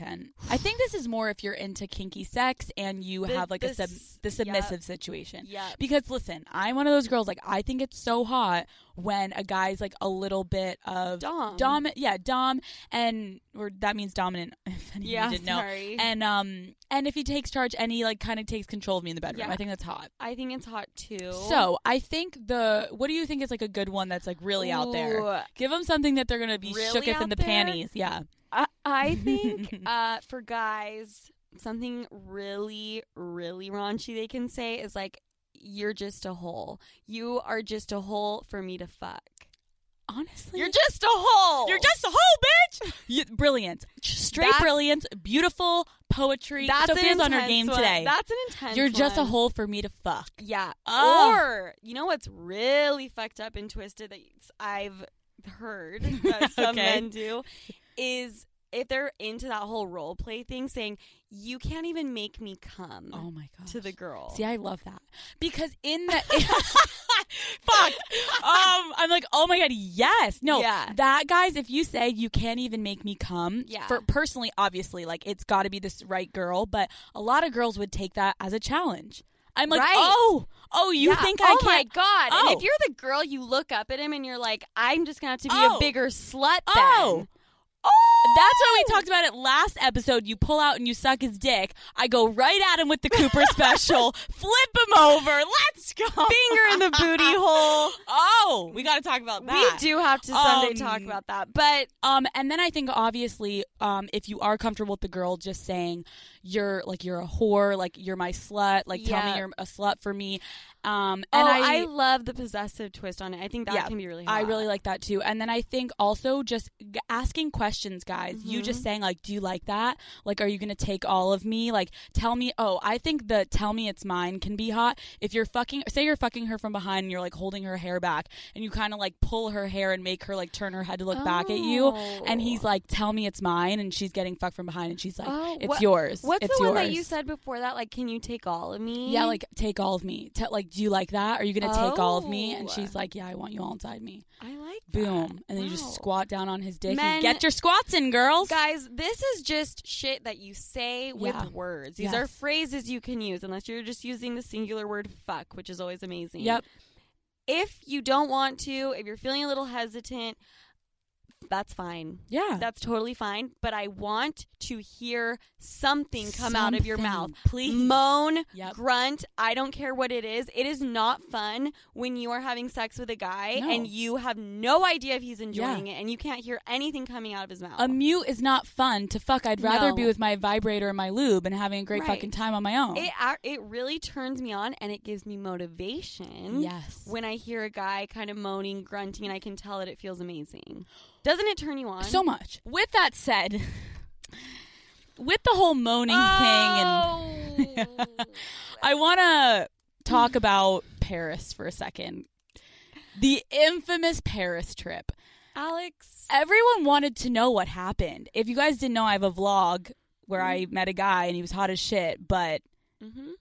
S2: I think this is more if you're into kinky sex and you
S3: The-
S2: have like a
S3: the
S2: sub-
S3: s-
S2: the
S3: yep.
S2: submissive situation.
S3: Yep.
S2: Because listen, I'm one of those girls. Like I think it's so hot when a guy's like a little bit of
S3: Dom.
S2: dom, yeah, dom, and or that means dominant. *laughs* If any of you
S3: Yeah,
S2: didn't know.
S3: sorry.
S2: And um, and if he takes charge, and he like kind of takes control of me in the bedroom,
S3: Yeah.
S2: I think that's hot.
S3: I think it's hot too.
S2: So I think the what do you think is like a good one that's like really out there?
S3: Ooh.
S2: Give them something that they're gonna be
S3: Really
S2: shooketh in
S3: out
S2: the
S3: there?
S2: panties. Yeah,
S3: I, I
S2: *laughs*
S3: think uh, for guys, something really, really raunchy they can say is like, "You're just a hole. You are just a hole for me to fuck.
S2: honestly,
S3: You're just a hole.
S2: you're just a whole bitch. *laughs* You, brilliant, straight
S3: That's-
S2: brilliance, beautiful poetry.
S3: That's an
S2: Sophia's on her
S3: intense
S2: game
S3: one.
S2: today.
S3: That's an intense.
S2: You're just a
S3: one.
S2: hole for me to fuck.
S3: Yeah.
S2: Ugh.
S3: Or you know what's really fucked
S2: *laughs*
S3: up and twisted that I've heard that some
S2: Okay.
S3: men do is if they're into that whole role play thing, saying you can't even make me come
S2: Oh my god.
S3: to the girl.
S2: See, I love that because
S3: *laughs*
S2: in the fuck, um, I'm like, oh my god, yes, no,
S3: Yeah.
S2: that guys, if you say you can't even make me come,
S3: Yeah.
S2: for personally, obviously, like it's got to be this right girl, but a lot of girls would take that as a challenge. I'm like,
S3: Right.
S2: oh, oh, you
S3: Yeah.
S2: think
S3: oh
S2: I
S3: my
S2: can't?
S3: god! And
S2: Oh.
S3: if you're the girl, you look up at him and you're like, I'm just gonna have to be
S2: Oh.
S3: a bigger slut. Then.
S2: Oh.
S3: Oh.
S2: That's why we talked about it last episode. You pull out and you suck his dick. I go right at him with
S3: *laughs*
S2: the Cooper special, flip him over. Let's go.
S3: finger in the *laughs* booty hole.
S2: Oh, we got to talk about that.
S3: We do have to someday talk
S2: Um,
S3: about that, but
S2: Um, and then I think obviously, um, if you are comfortable with the girl just saying you're like you're a whore, like you're my slut, like tell
S3: Yeah.
S2: me you're a slut for me. Um,
S3: and
S2: and
S3: Oh, I, love the possessive twist on it. I think that
S2: Yeah,
S3: can be really. Hot.
S2: I really like that too. And then I think also just g- asking questions, guys. You
S3: Mm-hmm.
S2: just saying like, "Do you like that? Like, are you gonna take all of me? Like, tell me." Oh, I think the "tell me it's mine" can be hot. If you're fucking, say you're fucking her from behind, and you're like holding her hair back, and you kind of like pull her hair and make her like turn her head to look back at you, and
S3: Oh.
S2: he's like, "Tell me it's mine," and she's getting fucked from behind, and she's like,
S3: Oh,
S2: "It's
S3: what-
S2: yours.
S3: What's
S2: it's
S3: the one
S2: yours."
S3: that you said before that? Like, can you take all of me?
S2: Yeah, like take all of me. Te- like, do you like that? Are you gonna take all of me? And
S3: Oh.
S2: she's like, "Yeah, I want you all inside me."
S3: I like that.
S2: Boom. And then you just
S3: Wow.
S2: squat down on his dick
S3: Men-
S2: and get your squats in, girls.
S3: Guys, this is just shit that you say with
S2: Yeah.
S3: words. These are
S2: Yes.
S3: phrases you can use, unless you're just using the singular word fuck, which is always amazing.
S2: Yep.
S3: If you don't want to, if you're feeling a little hesitant, that's fine.
S2: Yeah.
S3: That's totally fine. But I want to hear something come out of your
S2: Something,
S3: mouth.
S2: Please.
S3: Moan,
S2: Yep.
S3: grunt, I don't care what it is. It is not fun when you are having sex with a guy
S2: No.
S3: and you have no idea if he's enjoying it and you can't hear anything coming out of his mouth.
S2: a mute is not fun to fuck. I'd rather
S3: No.
S2: be with my vibrator and my lube and having a great
S3: Right.
S2: fucking time on my own.
S3: It ac- it really turns me on and it gives me motivation.
S2: Yes.
S3: When I hear a guy kind of moaning, grunting, and I can tell it, it feels amazing. Doesn't it turn you on?
S2: so much. With that said, with the whole moaning Oh. thing, and
S3: Oh.
S2: *laughs* I want to talk about Paris for a second. The infamous Paris trip.
S3: Alex.
S2: everyone wanted to know what happened. If you guys didn't know, I have a vlog where I met a guy and he was hot as shit, but
S3: hmm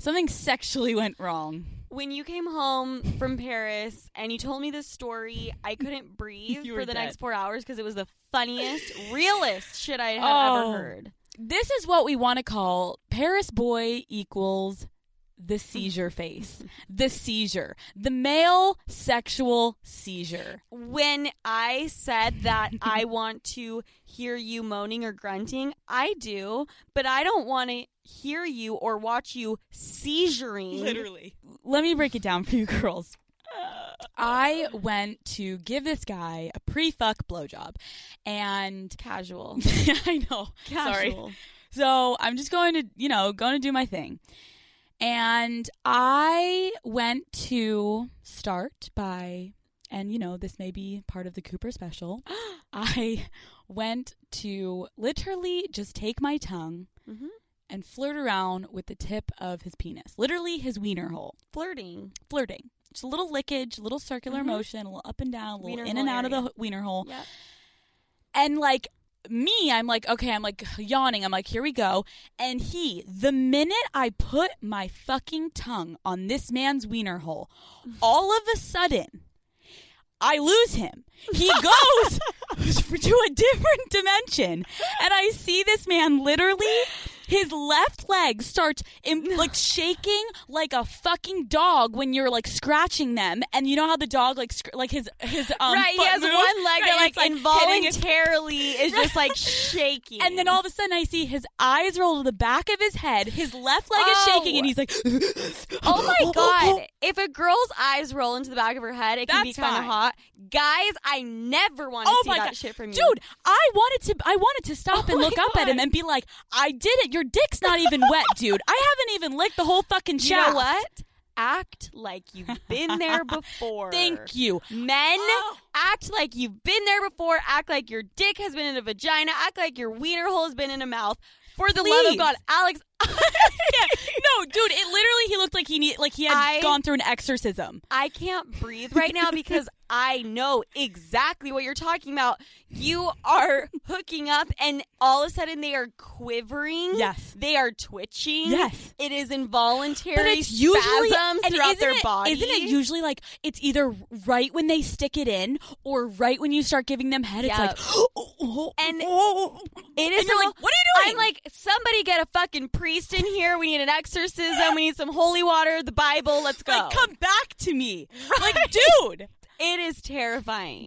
S2: something sexually went wrong.
S3: When you came home from Paris and you told me this story, I couldn't breathe
S2: *laughs* You
S3: for
S2: were
S3: the
S2: dead.
S3: next four hours because it was the funniest, realest shit I had
S2: Oh.
S3: ever heard.
S2: This is what we want to call Paris boy equals the seizure face, the seizure, the male sexual seizure.
S3: When I said that
S2: *laughs*
S3: I want to hear you moaning or grunting, I do, but I don't want to hear you or watch you seizuring.
S2: Let me break it down for you girls. I went to give this guy a pre fuck blowjob and.
S3: Casual.
S2: *laughs* I know. Sorry.
S3: Casual.
S2: So I'm just going to, you know, going to do my thing. And I went to start by, and you know, this may be part of the Cooper special. *gasps* I went to literally just take my tongue
S3: Mhm.
S2: and flirt around with the tip of his penis, literally his wiener hole,
S3: Flirting.
S2: flirting. Just a little lickage, a little circular
S3: Mhm.
S2: motion, a little up and down, a little
S3: Wiener
S2: in
S3: hole
S2: and out of the
S3: area.
S2: h- wiener hole
S3: Yep.
S2: and like me i'm like okay i'm like yawning i'm like here we go and he the minute i put my fucking tongue on this man's wiener hole all of a sudden i lose him
S3: *laughs*
S2: he goes to a different dimension and i see this man literally his left leg starts
S3: *laughs*
S2: im- like shaking like a fucking dog when you're like scratching them and you know how the dog like scr- like his his um
S3: right, he
S2: foot
S3: has
S2: moves?
S3: one leg
S2: Right,
S3: that,
S2: and
S3: like,
S2: it's, hitting his
S3: involuntarily is just like shaking.
S2: and then all of a sudden, I see his eyes roll to the back of his head. His left leg is shaking, and
S3: Oh. *gasps*
S2: he's like,
S3: Oh
S2: *laughs*
S3: my god! If a girl's eyes roll into the back of her head, it can be
S2: That's
S3: kind
S2: fine.
S3: of hot. Guys, I never want to
S2: Oh
S3: see
S2: my
S3: that
S2: god,
S3: shit from you,
S2: dude! I wanted to, I wanted to stop
S3: Oh
S2: and
S3: my
S2: look up at him
S3: God.
S2: and be like, "I did it. Your dick's not even wet, dude. I haven't even licked the whole fucking
S3: You
S2: shaft."
S3: know what? Act like you've *laughs* been there before.
S2: Thank you.
S3: Men,
S2: *gasps*
S3: *laughs*
S2: Oh.
S3: act like you've been there before. Act like your dick has been in a vagina. Act like your wiener hole has been in a mouth. For the love
S2: Please.
S3: of God, Alex,
S2: No, dude, it literally he looked like he need like he had
S3: I-
S2: gone through an exorcism. *laughs*
S3: I can't breathe right now because I know exactly what you're talking about. You are hooking up, and all of a sudden they are quivering.
S4: Yes.
S3: They are twitching.
S4: Yes.
S3: It is involuntary spasms
S4: and
S3: throughout
S4: isn't
S3: their
S4: it-
S3: body.
S4: Isn't it usually like it's either right when they stick it in or right when you start giving them head?
S3: Yeah.
S4: It's like, *gasps* and
S3: It is
S4: you're
S3: a-
S4: like, "What are you doing?"
S3: I'm like, somebody get a fucking priest in here. We need an exorcism. We need some holy water, the Bible. Let's go.
S4: like come back to me, like dude.
S3: It is terrifying.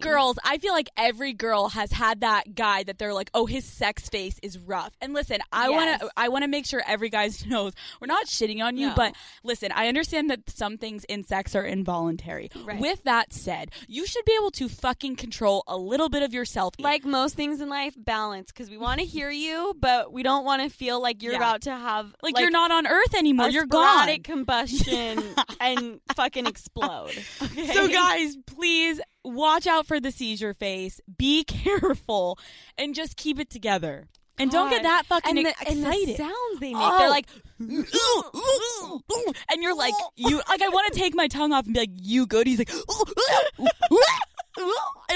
S4: *laughs* Girls, I feel like every girl has had that guy that they're like, "Oh, his sex face is rough." And listen, I want
S3: Yes.
S4: to I want to make sure every guy *laughs* knows we're not shitting on you,
S3: No.
S4: but listen, I understand that some things in sex are involuntary.
S3: Right.
S4: With that said, you should be able to fucking control a little bit of yourself.
S3: like most things in life, balance because we want to hear you, but we don't want to feel like you're
S4: Yeah.
S3: about to have
S4: like, you're not on earth anymore.
S3: a
S4: You're gone.
S3: *laughs* sporadic *laughs* combustion and fucking explode. *laughs* Okay?
S4: So, guys, please watch out for the seizure face. Be *laughs* careful and just keep it together. And don't get
S3: God.
S4: that fucking
S3: and the,
S4: excited.
S3: And the sounds they make,
S4: Oh.
S3: they're like,
S4: *laughs* and you're like, you like, I want to take my tongue off and be like, you good? He's like, *laughs* and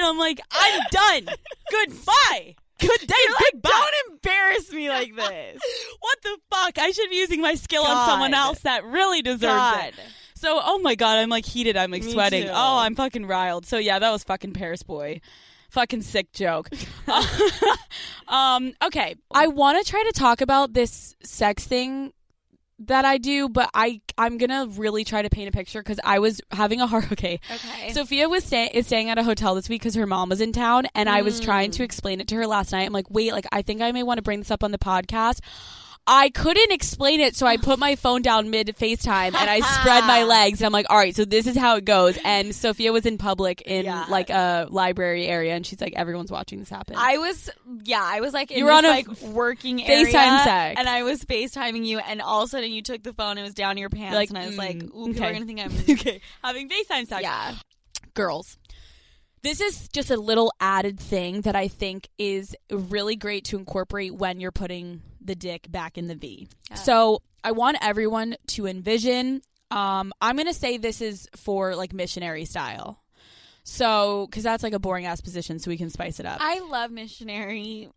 S4: I'm like, I'm done. Goodbye. Good day. goodbye.
S3: don't embarrass me like
S2: *laughs*
S3: this.
S4: what the fuck? I should be using my skill on
S3: God.
S4: someone else that really deserves
S3: God.
S4: it. So, oh my god, I'm like heated. I'm like
S3: Me
S4: sweating.
S3: too.
S4: Oh, I'm fucking riled. So yeah, that was fucking Paris boy. Fucking sick
S3: *laughs*
S2: *laughs*
S4: joke. um, okay.
S2: I want to try to talk about this sex thing that I do, but I I'm gonna really try to paint a picture because I was having a hard. *laughs* Okay,
S3: Okay.
S2: Sophia was staying is staying at a hotel this week because her mom was in town, and I was trying
S3: Mm.
S2: to explain it to her last night. I'm like, wait, like I think I may want to bring this up on the podcast. I couldn't explain it, so I put my phone down mid FaceTime and I spread
S3: *laughs*
S2: my legs. And I'm like, all right, so this is how it goes. And Sophia was in public in
S3: Yeah.
S2: like a library area, and she's like, everyone's watching this happen.
S3: I was, yeah, I was like, in
S2: You were
S3: this,
S2: on a
S3: like working area,
S2: FaceTime sex.
S3: and I was FaceTiming you, and all of a sudden you took the phone, and it was down to your pants,
S2: Like,
S3: and I was
S2: mm,
S3: like, ooh, people
S2: *laughs* okay.
S3: are gonna think I'm,
S4: Okay. Having FaceTime sex.
S3: yeah,
S2: girls. This is just a little added thing that I think is really great to incorporate when you're putting the dick back in the V. So I want everyone to envision. Um, I'm going to say this is for like missionary style. So, because that's like a boring ass position, so we can spice it up.
S3: I love missionary.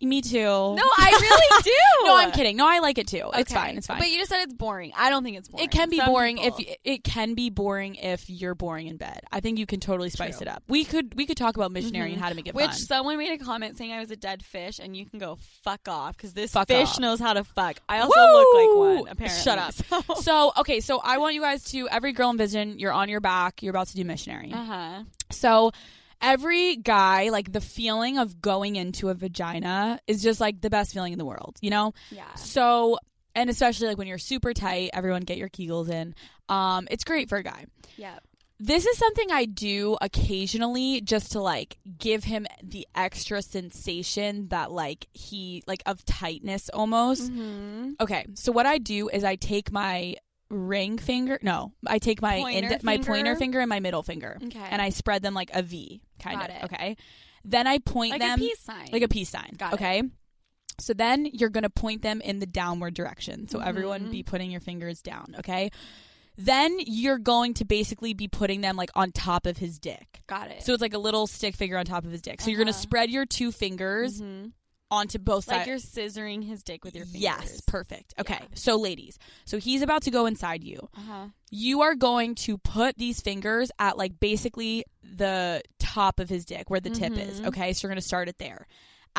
S2: Me too.
S3: No, I
S2: *laughs*
S3: really do.
S2: no, I'm kidding. No, I like it too. It's
S3: Okay.
S2: fine. It's fine.
S3: But you just said it's boring. I don't think it's boring.
S2: It can be
S3: Some
S2: boring
S3: people-
S2: if it can be boring if you're boring in bed. I think you can totally spice it up. We could we could talk about missionary and how to make it
S3: Mm-hmm. which
S2: fun.
S3: someone made a comment saying I was a dead fish, and you can go fuck off because this
S2: Fuck
S3: fish
S2: off.
S3: knows how to fuck. I also
S2: Woo!
S3: look like one. Apparently,
S2: Shut up.
S3: *laughs*
S2: So okay, so I want you guys to every girl in vision. You're on your back. You're about to do missionary.
S3: Uh huh.
S2: So every guy, like the feeling of going into a vagina is just like the best feeling in the world. You know.
S3: Yeah.
S2: So and especially like when you're super tight, everyone get your kegels in. Um, it's great for a guy.
S3: Yeah.
S2: This is something I do occasionally just to like give him the extra sensation that like he like of tightness *laughs* almost.
S3: Mm-hmm.
S2: Okay, so what I do is I take my ring finger. No, I take my
S3: Pointer
S2: ind- my pointer
S3: finger?
S2: finger and my middle finger,
S3: Okay.
S2: and I spread them like a V, kind
S3: Got
S2: of.
S3: it.
S2: Okay, then I point
S3: Like
S2: them
S3: a peace sign.
S2: like a peace sign.
S3: Got it.
S2: okay. So then you're going to point them in the downward direction. So
S3: Mm-hmm.
S2: everyone be putting your fingers down, okay? Then you're going to basically be putting them like on top of his dick.
S3: Got it.
S2: So it's like a little stick figure on top of his dick. So you're going to
S3: Uh-huh.
S2: spread your two fingers
S3: Mhm.
S2: onto both
S3: like
S2: sides.
S3: you're scissoring his dick with your fingers.
S2: Yes, perfect. Okay.
S3: Yeah.
S2: So ladies, so he's about to go inside you.
S3: uh-huh.
S2: You are going to put these fingers at like basically the top of his dick where the tip is,
S3: Mhm.
S2: okay? So you're going to start it there.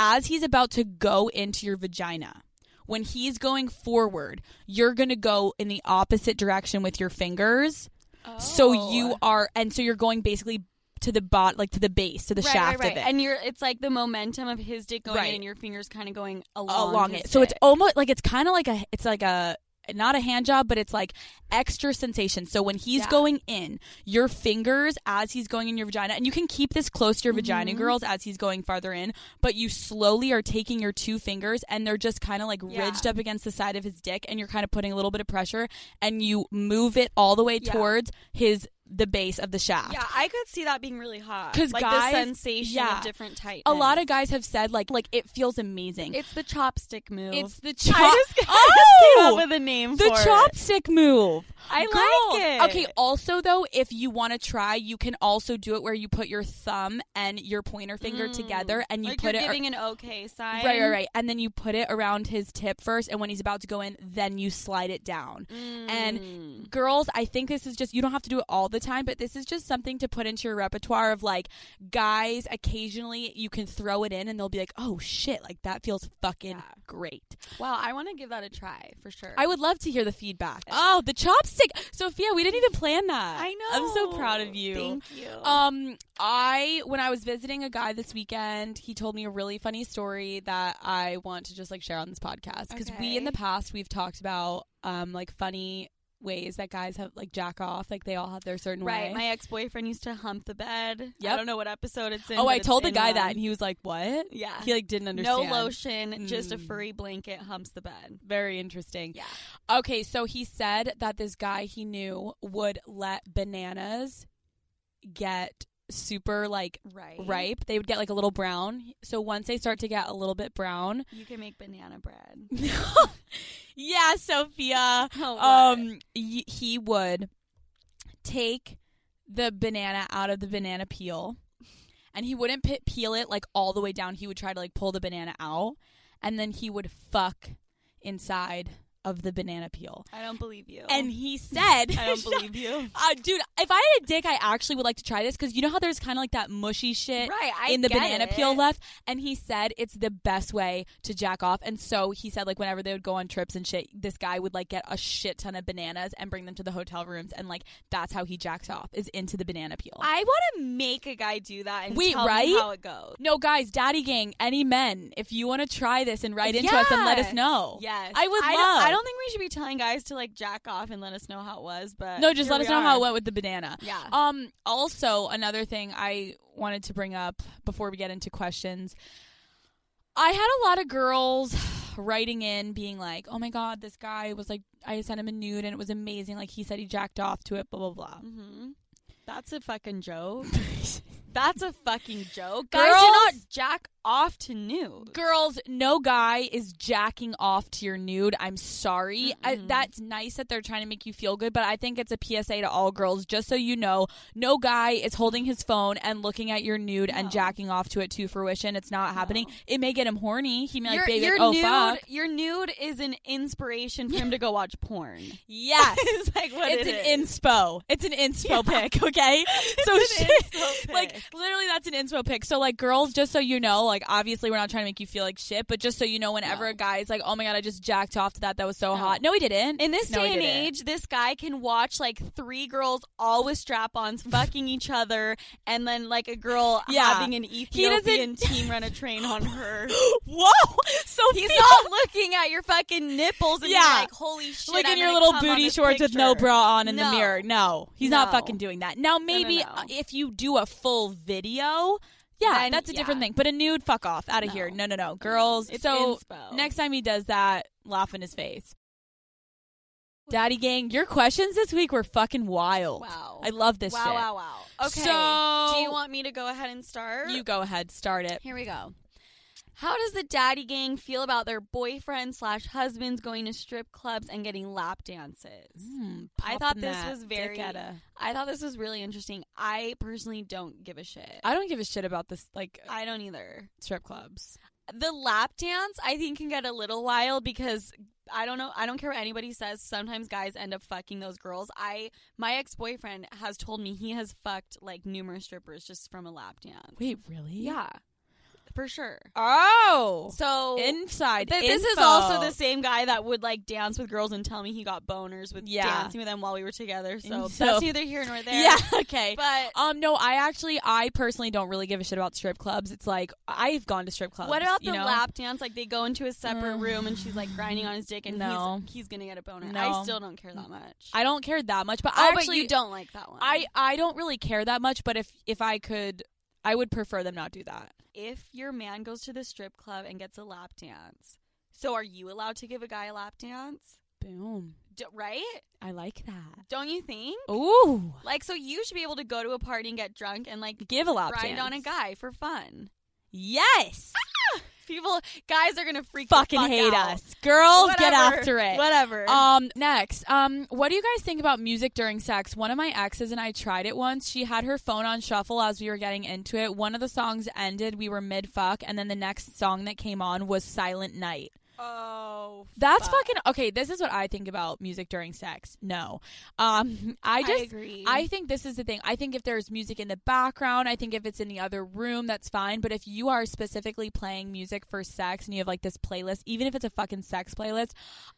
S2: As he's about to go into your vagina, when he's going forward, you're going to go in the opposite direction with your fingers. So
S3: Oh.
S2: you are and so you're going basically to the bot like to the base, to the
S3: right,
S2: shaft
S3: right, right.
S2: of it.
S3: and you're it's like the momentum of his dick going
S2: Right.
S3: in, and your fingers kind of going along,
S2: along,
S3: his
S2: it. So it's
S3: dick.
S2: almost like it's kind of like a it's like a not a hand job, but it's like extra sensation. So when he's
S3: Yeah.
S2: going in, your fingers as he's going in your vagina, and you can keep this close to your
S3: Mm-hmm.
S2: vagina, girls, as he's going farther in, but you slowly are taking your two fingers and they're just kind of like
S3: Yeah.
S2: ridged up against the side of his dick, and you're kind of putting a little bit of pressure and you move it all the way
S3: Yeah.
S2: towards his the base of the shaft.
S3: Yeah, I could see that being really hot.
S2: 'Cause
S3: like
S2: guys-
S3: the sensation
S2: yeah.
S3: of different types.
S2: A lot of guys have said like like it feels amazing.
S3: it's the chopstick move.
S2: It's *laughs* the
S3: I
S2: chop.
S3: just, *laughs* I just came
S2: oh,
S3: up with a name
S2: the
S3: for it.
S2: chopstick move.
S3: I
S2: Girls.
S3: like it.
S2: Okay. Also, though, if you want to try, you can also do it where you put your thumb and your pointer finger
S3: Mm.
S2: together, and you
S3: like
S2: put
S3: you're
S2: it ar-
S3: giving an okay sign.
S2: right, right, right, and then you put it around his tip first, and when he's about to go in, then you slide it down. And
S3: Mm.
S2: girls, I think this is just you don't have to do it all the time, but this is just something to put into your repertoire of like guys occasionally you can throw it in and they'll be like, "Oh shit, like that feels fucking
S3: Yeah.
S2: great."
S3: wow, I want to give that a try for sure.
S2: I would love to hear the feedback. Oh, the chopstick. Sophia, we didn't even plan that.
S3: I know.
S2: I'm so proud of you.
S3: Thank you.
S2: Um, I when I was visiting a guy this weekend, he told me a really funny story that I want to just like share on this podcast because we in
S3: Okay.
S2: the past we've talked about um like funny ways that guys have like jack off, like they all have their certain
S3: right,
S2: way.
S3: my ex boyfriend used to hump the bed. I
S2: Yep.
S3: don't know what episode it's in.
S2: oh,
S3: but
S2: I
S3: it's
S2: told the
S3: in
S2: guy
S3: one.
S2: that and he was like, "What?"
S3: yeah,
S2: He like didn't
S3: no
S2: understand.
S3: lotion, just a
S2: Mm.
S3: furry blanket humps the bed.
S2: Very interesting.
S3: Yeah.
S2: Okay, so he said that this guy he knew would let bananas get super like
S3: Right.
S2: ripe. They would get like a little brown. So once they start to get a little bit brown, *laughs*
S3: You can make banana bread. *laughs*
S2: yeah, Sophia.
S3: Oh, what?
S2: Um, y- he would take the banana out of the banana peel, and he wouldn't pe- peel it like all the way down. He would try to like pull the banana out, and then he would fuck inside of the banana peel.
S3: I don't believe you.
S2: And he said,
S3: *laughs* I
S2: *laughs*
S3: don't believe you.
S2: Uh, dude, if I had a dick, I actually would like to try this because you know how there's kind of like that mushy shit
S3: Right, I
S2: in the
S3: get
S2: banana
S3: it.
S2: peel left. And he said it's the best way to jack off. And so he said, like, whenever they would go on trips and shit, this guy would like get a shit ton of bananas and bring them to the hotel rooms. And like, that's how he jacks off is into the banana peel.
S3: I want to make a guy do that and
S2: Wait,
S3: tell
S2: right?
S3: me how it goes.
S2: no, guys, daddy gang, any men, if you want to try this and write into us and let
S3: Yeah.
S2: us know.
S3: Yes,
S2: I would
S3: I
S2: love.
S3: Don't, I don't think we should be telling guys to like jack off and let us know how it was, but
S2: No, just
S3: here
S2: let us
S3: we
S2: know how
S3: are.
S2: it went with the banana.
S3: Yeah.
S2: Um. Also, another thing I wanted to bring up before we get into questions, I had a lot of girls *sighs* writing in being like, "Oh my god, this guy was like, I sent him a nude and it was amazing. Like he said he jacked off to it. Blah blah blah."
S3: Mhm. That's a fucking *laughs* joke. That's a fucking joke.
S2: Girls-
S3: Guys do not jack off to nude.
S2: Girls, no guy is jacking off to your nude. I'm sorry. I,
S3: Mm-mm.
S2: that's nice that they're trying to make you feel good, but I think it's a PSA to all girls, just so you know. No guy is holding his phone and looking at your nude and
S3: No.
S2: jacking off to it to fruition. It's not happening.
S3: No.
S2: It may get him horny. He may like,
S3: your,
S2: baby,
S3: your
S2: like, oh
S3: nude,
S2: fuck.
S3: your nude is an inspiration for him to go watch
S2: *laughs*
S3: porn.
S2: Yes.
S3: *laughs* it's like what
S2: it's
S3: it
S2: an
S3: is.
S2: inspo. It's an inspo
S3: *laughs*
S2: pic, okay? so
S3: an
S2: shit-
S3: inspo
S2: *laughs* like
S3: pic.
S2: literally that's an inspo pic. So like girls, just so you know, like obviously we're not trying to make you feel like shit, but just so you know, whenever
S3: No.
S2: a guy's like, Oh my god, I just jacked off to that, that was so hot. No, he didn't.
S3: In this
S2: No, he
S3: day and
S2: didn't.
S3: age, this guy can watch like three girls all with strap-ons fucking each other, and then like a girl
S2: *laughs* Yeah.
S3: having an
S2: doesn't-
S3: Ethiopian *laughs* team run a train on her.
S2: *gasps* *laughs* Whoa! So
S3: He's
S2: *laughs*
S3: not looking at your fucking nipples and
S2: Yeah.
S3: yeah. like, holy shit!
S2: Like
S3: I'm
S2: in your
S3: gonna
S2: little
S3: come on
S2: booty
S3: this
S2: shorts with no
S3: picture.
S2: bra on in the
S3: No.
S2: mirror. No, he's not
S3: No.
S2: fucking doing that. Now maybe
S3: no.
S2: uh, if you do a full video, yeah,
S3: Then,
S2: that's a different
S3: yeah.
S2: thing. But a nude, fuck off, out of here. No,
S3: No.
S2: no, no, girls.
S3: It's
S2: so
S3: inspo.
S2: next time he does that, laugh in his face. Daddy gang, your questions this week were fucking wild.
S3: Wow.
S2: I love this
S3: wow,
S2: shit.
S3: wow, wow. Okay.
S2: So-
S3: do you want me to go ahead and start?
S2: You go ahead, start it.
S3: Here we go. How does the daddy gang feel about their boyfriends slash husbands going to strip clubs and getting lap dances?
S2: Mm,
S3: Hmm, I thought
S2: popping
S3: this
S2: that
S3: was very-
S2: dick at a-
S3: I thought this was really interesting. I personally don't give a shit.
S2: I don't give a shit about this like
S3: I don't either.
S2: strip clubs.
S3: The lap dance, I think, can get a little wild because I don't know. I don't care what anybody says. Sometimes guys end up fucking those girls. I my ex boyfriend has told me he has fucked like numerous strippers just from a lap dance.
S2: Wait, really?
S3: Yeah, for sure.
S2: Oh.
S3: So
S2: Inside.
S3: Th- this is
S2: info.
S3: also the same guy that would like dance with girls and tell me he got boners with
S2: Yeah.
S3: dancing with them while we were together. So,
S2: So-
S3: that's neither here nor there.
S2: Yeah. *laughs* Okay.
S3: But
S2: um. No, I actually, I personally don't really give a shit about strip clubs. It's like I've gone to strip clubs.
S3: what about the
S2: Uh, you know?
S3: lap dance? Like they go into a separate
S2: Mm.
S3: room and she's like grinding on his dick and
S2: No.
S3: he's, he's gonna get a boner.
S2: No. Mm.
S3: I still don't care that much.
S2: I don't care that much, but
S3: oh,
S2: I actually
S3: but you don't like that one.
S2: I I don't really care that much. But if if I could, I would prefer them not do that.
S3: if your man goes to the strip club and gets a lap dance, so are you allowed to give a guy a lap dance?
S2: Boom.
S3: D- right?
S2: I like that.
S3: Don't you think?
S2: Ooh.
S3: Like, so you should be able to go to a party and get drunk and like
S4: Give a lap
S3: grind
S4: dance.
S3: on a guy for fun.
S4: Yes.
S3: People, guys are gonna freak the
S4: Fucking
S3: fuck
S4: hate
S3: out.
S4: us. Girls, get
S3: Whatever.
S4: after it.
S3: Whatever.
S2: Um, next, um, what do you guys think about music during sex? One of my exes and I tried it once. She had her phone on shuffle as we were getting into it. One of the songs ended, we were mid fuck, and then the next song that came on was Silent Night.
S3: oh,
S2: That's
S3: fuck.
S2: fucking okay. This is what I think about music during sex. No,
S3: *laughs*
S2: um, I just
S3: agree.
S2: I think this is the thing. I think if there's music in the background, I think if it's in the other room, that's fine. But if you are specifically playing music for sex and you have like this playlist, even if it's a fucking sex playlist,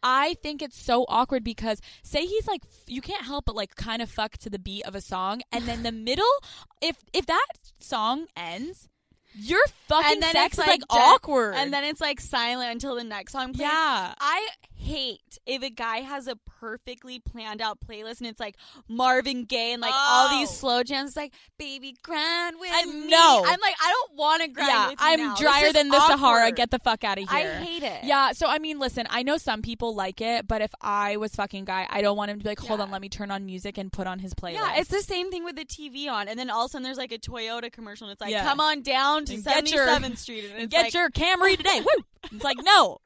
S2: I think it's so awkward because say he's like, f- you can't help but like kind of fuck to the beat of a song, and
S3: *laughs*
S2: then the middle, if if that song ends, your fucking
S3: And then
S2: sex
S3: it's,
S2: is
S3: like,
S2: like
S3: dead-
S2: awkward.
S3: and then it's like silent until the next song plays.
S2: yeah,
S3: I hate if a guy has a perfectly planned out playlist and it's like Marvin Gaye and like all these
S2: Oh.
S3: slow jams. It's like, baby, grind with
S2: I
S3: me.
S2: know.
S3: I'm like, I don't want to grind
S2: yeah.
S3: with you
S2: I'm
S3: now. This
S2: drier
S3: is
S2: than the Sahara.
S3: awkward.
S2: Get the fuck out of here.
S3: I hate it.
S2: Yeah, so I mean, listen, I know some people like it, but if I was fucking guy, I don't want him to be like, hold
S3: Yeah.
S2: on, let me turn on music and put on his playlist.
S3: Yeah, it's the same thing with the TV on, and then all of a sudden there's like a Toyota commercial, and it's like,
S2: Yeah.
S3: "Come on down to
S2: And get your-
S3: 77th Street,
S2: *laughs*
S3: and it's
S2: get
S3: like,
S2: your Camry
S3: *laughs*
S2: today. Woo! It's like no,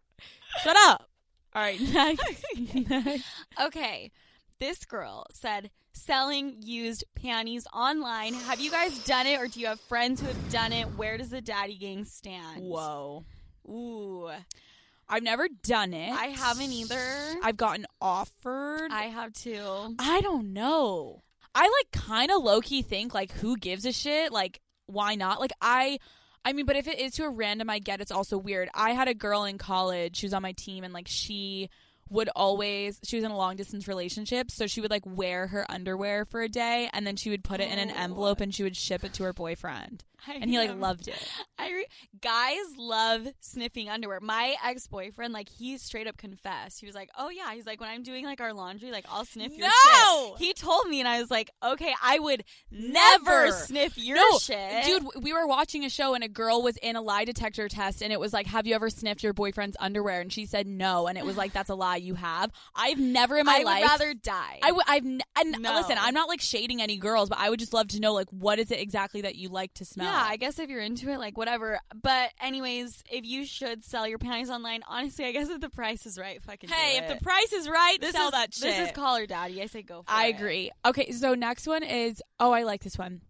S2: shut up.
S3: *laughs*
S2: All right, next.
S3: Okay. This girl said selling used panties online. Have you guys done it or do you have friends who have done it? Where does the daddy gang stand?
S2: Whoa,
S3: Ooh.
S2: I've never done it.
S3: I haven't either.
S2: I've gotten offered.
S3: I have too.
S2: I don't know. I like kind of low key think like who gives a shit? Like why not? Like I I mean, but if it is to a random I get it's also weird. I had a girl in college, she was on my team and like she would always she was in a long distance relationship, so she would like wear her underwear for a day and then she would put it in an
S3: Oh.
S2: envelope and she would ship it to her boyfriend.
S3: I
S2: And
S3: *laughs*
S2: he like
S3: am-
S2: loved it.
S3: I re- guys love sniffing underwear. My ex boyfriend, like, he straight up confessed. He was like, "Oh yeah," he's like, "When I'm doing like our laundry, like, I'll sniff your
S2: No!
S3: shit." He told me, and I was like, "Okay, I would never,
S2: Never.
S3: sniff your
S2: No,
S3: shit,
S2: Dude, w- we were watching a show and a girl was in a lie detector test and it was like, Have you ever sniffed your boyfriend's underwear? And she said no. And it was like, That's a lie. You have. I've never in my
S3: I
S2: life.
S3: would rather die."
S2: I would, I've, n- and
S3: No.
S2: listen, I'm not like shading any girls, but I would just love to know, like, what is it exactly that you like to smell?
S3: Yeah, I guess if you're into it, like whatever. But anyways, if you should sell your panties online, honestly, I guess if the price is right, fucking. do
S4: Hey, if
S3: it.
S4: the price is right,
S3: this
S4: sell
S3: is,
S4: that shit.
S3: This is caller daddy. I say go. for
S2: I
S3: it.
S2: agree. Okay, so next one is oh, I like this one.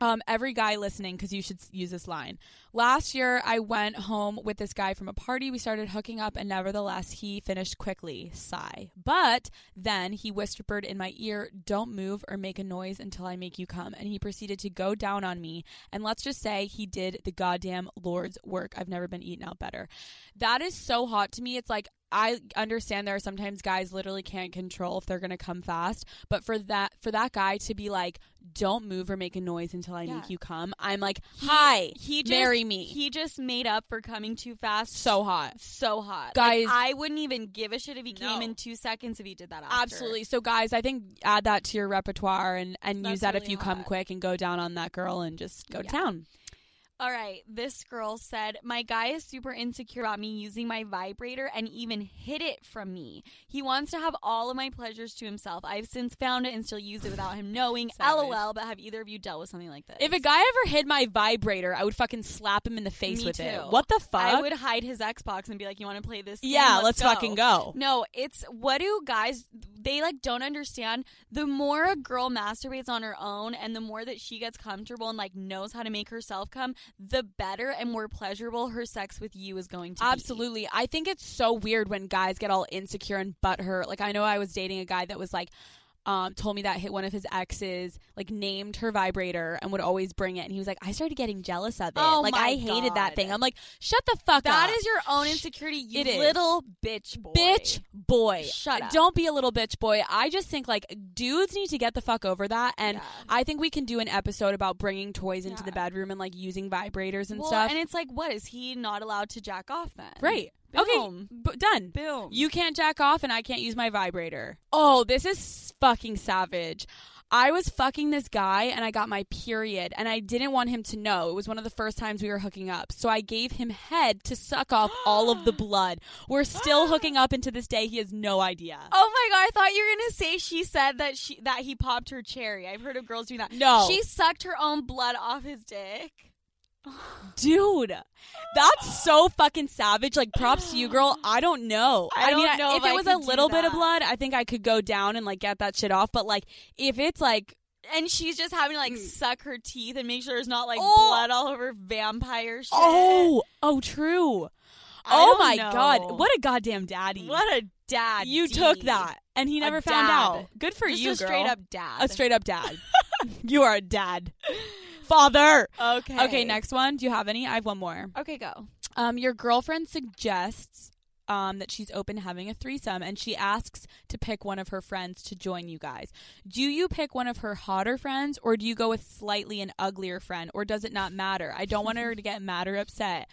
S2: Um, every guy listening, because you should s- use this line. Last year, I went home with this guy from a party. We started hooking up, and nevertheless, he finished quickly. Sigh. But then he whispered in my ear, Don't move or make a noise until I make you come. And he proceeded to go down on me. And let's just say he did the goddamn Lord's work. I've never been eaten out better. That is so hot to me. It's like, I understand there are sometimes guys literally can't control if they're going to come fast, but for that for that guy to be like, "Don't move or make a noise until I
S3: Yeah.
S2: make you come," I'm like, "Hi,
S3: He just,
S2: marry me."
S3: He just made up for coming too fast.
S2: so hot,
S3: so hot,
S2: Guys-
S3: Like, I wouldn't even give a shit if he
S2: No.
S3: came in two seconds if he did that. After.
S2: absolutely. So, guys, I think add that to your repertoire and and
S3: That's
S2: use that if
S3: really
S2: you come
S3: hot.
S2: quick and go down on that girl and just go to
S3: Yeah.
S2: town.
S3: All right, this girl said, My guy is super insecure about me using my vibrator and even hid it from me. He wants to have all of my pleasures to himself. I've since found it and still use it without him knowing.
S2: *laughs* Savage.
S3: LOL, but have either of you dealt with something like this?
S2: If a guy ever hid my vibrator, I would fucking slap him in the face
S3: Me
S2: with
S3: too.
S2: it. What the fuck?
S3: I would hide his Xbox and be like, You want to play this? game?
S2: yeah, let's,
S3: *laughs*
S2: fucking go.
S3: No, it's what do guys they like don't understand. The more a girl masturbates on her own and the more that she gets comfortable and like knows how to make herself come, the better and more pleasurable her sex with you is going to be.
S2: Absolutely. I think it's so weird when guys get all insecure and butthurt. Like I know I was dating a guy that was like um, told me that hit one of his exes, like named her vibrator and would always bring it. And he was like, I started getting jealous of it.
S3: Oh
S2: like
S3: my
S2: I hated
S3: God.
S2: that thing. I'm like, shut the fuck up.
S3: That is your own insecurity, you
S2: It is.
S3: little bitch boy.
S2: bitch boy.
S3: Shut up.
S2: Don't be a little bitch boy. I just think like dudes need to get the fuck over that. And
S3: Yeah.
S2: I think we can do an episode about bringing toys into
S3: Yeah.
S2: the bedroom and like using vibrators and
S3: Well,
S2: stuff.
S3: And it's like, what is he not allowed to jack off then?
S2: Great. Okay.
S3: Boom.
S2: B- done.
S3: Boom.
S2: You can't jack off and I can't use my vibrator. Oh, this is fucking savage. I was fucking this guy and I got my period and I didn't want him to know. It was one of the first times we were hooking up. So I gave him head to suck off all
S3: *gasps*
S2: of the blood. We're still hooking up and to this day he has no idea.
S3: Oh my god! I thought you were gonna say she said that she that he popped her cherry. I've heard of girls doing that.
S2: No.
S3: she sucked her own blood off his dick.
S2: Dude, that's so fucking savage. Like props to
S3: *gasps*
S2: you, girl. I don't know.
S3: I
S2: mean,
S3: don't know
S2: if,
S3: if
S2: it
S3: I
S2: was
S3: could
S2: a
S3: do
S2: little bit of
S3: that.
S2: blood, I think I could go down and like get that shit off, but like if it's like
S3: And she's just having to like suck her teeth and make sure there's not like
S2: Mm. Oh.
S3: blood all over vampire shit.
S2: oh, oh true.
S3: I
S2: Oh
S3: don't
S2: my god.
S3: know.
S2: What a goddamn daddy.
S3: What a dad!
S2: you took that and he
S3: A
S2: never found
S3: dad.
S2: out. Good for
S3: Just
S2: you,
S3: a
S2: girl.
S3: straight up dad.
S2: a straight
S3: *laughs*
S2: up dad. you are a dad. Father.
S3: okay.
S2: Okay, next one. Do you have any? I have one more.
S3: Okay, go.
S2: Um, your girlfriend suggests um, that she's open to having a threesome, and she asks to pick one of her friends to join you guys. Do you pick one of her hotter friends, or do you go with slightly an uglier friend, or does it not matter? I don't want her to get mad
S3: *laughs*
S2: or upset.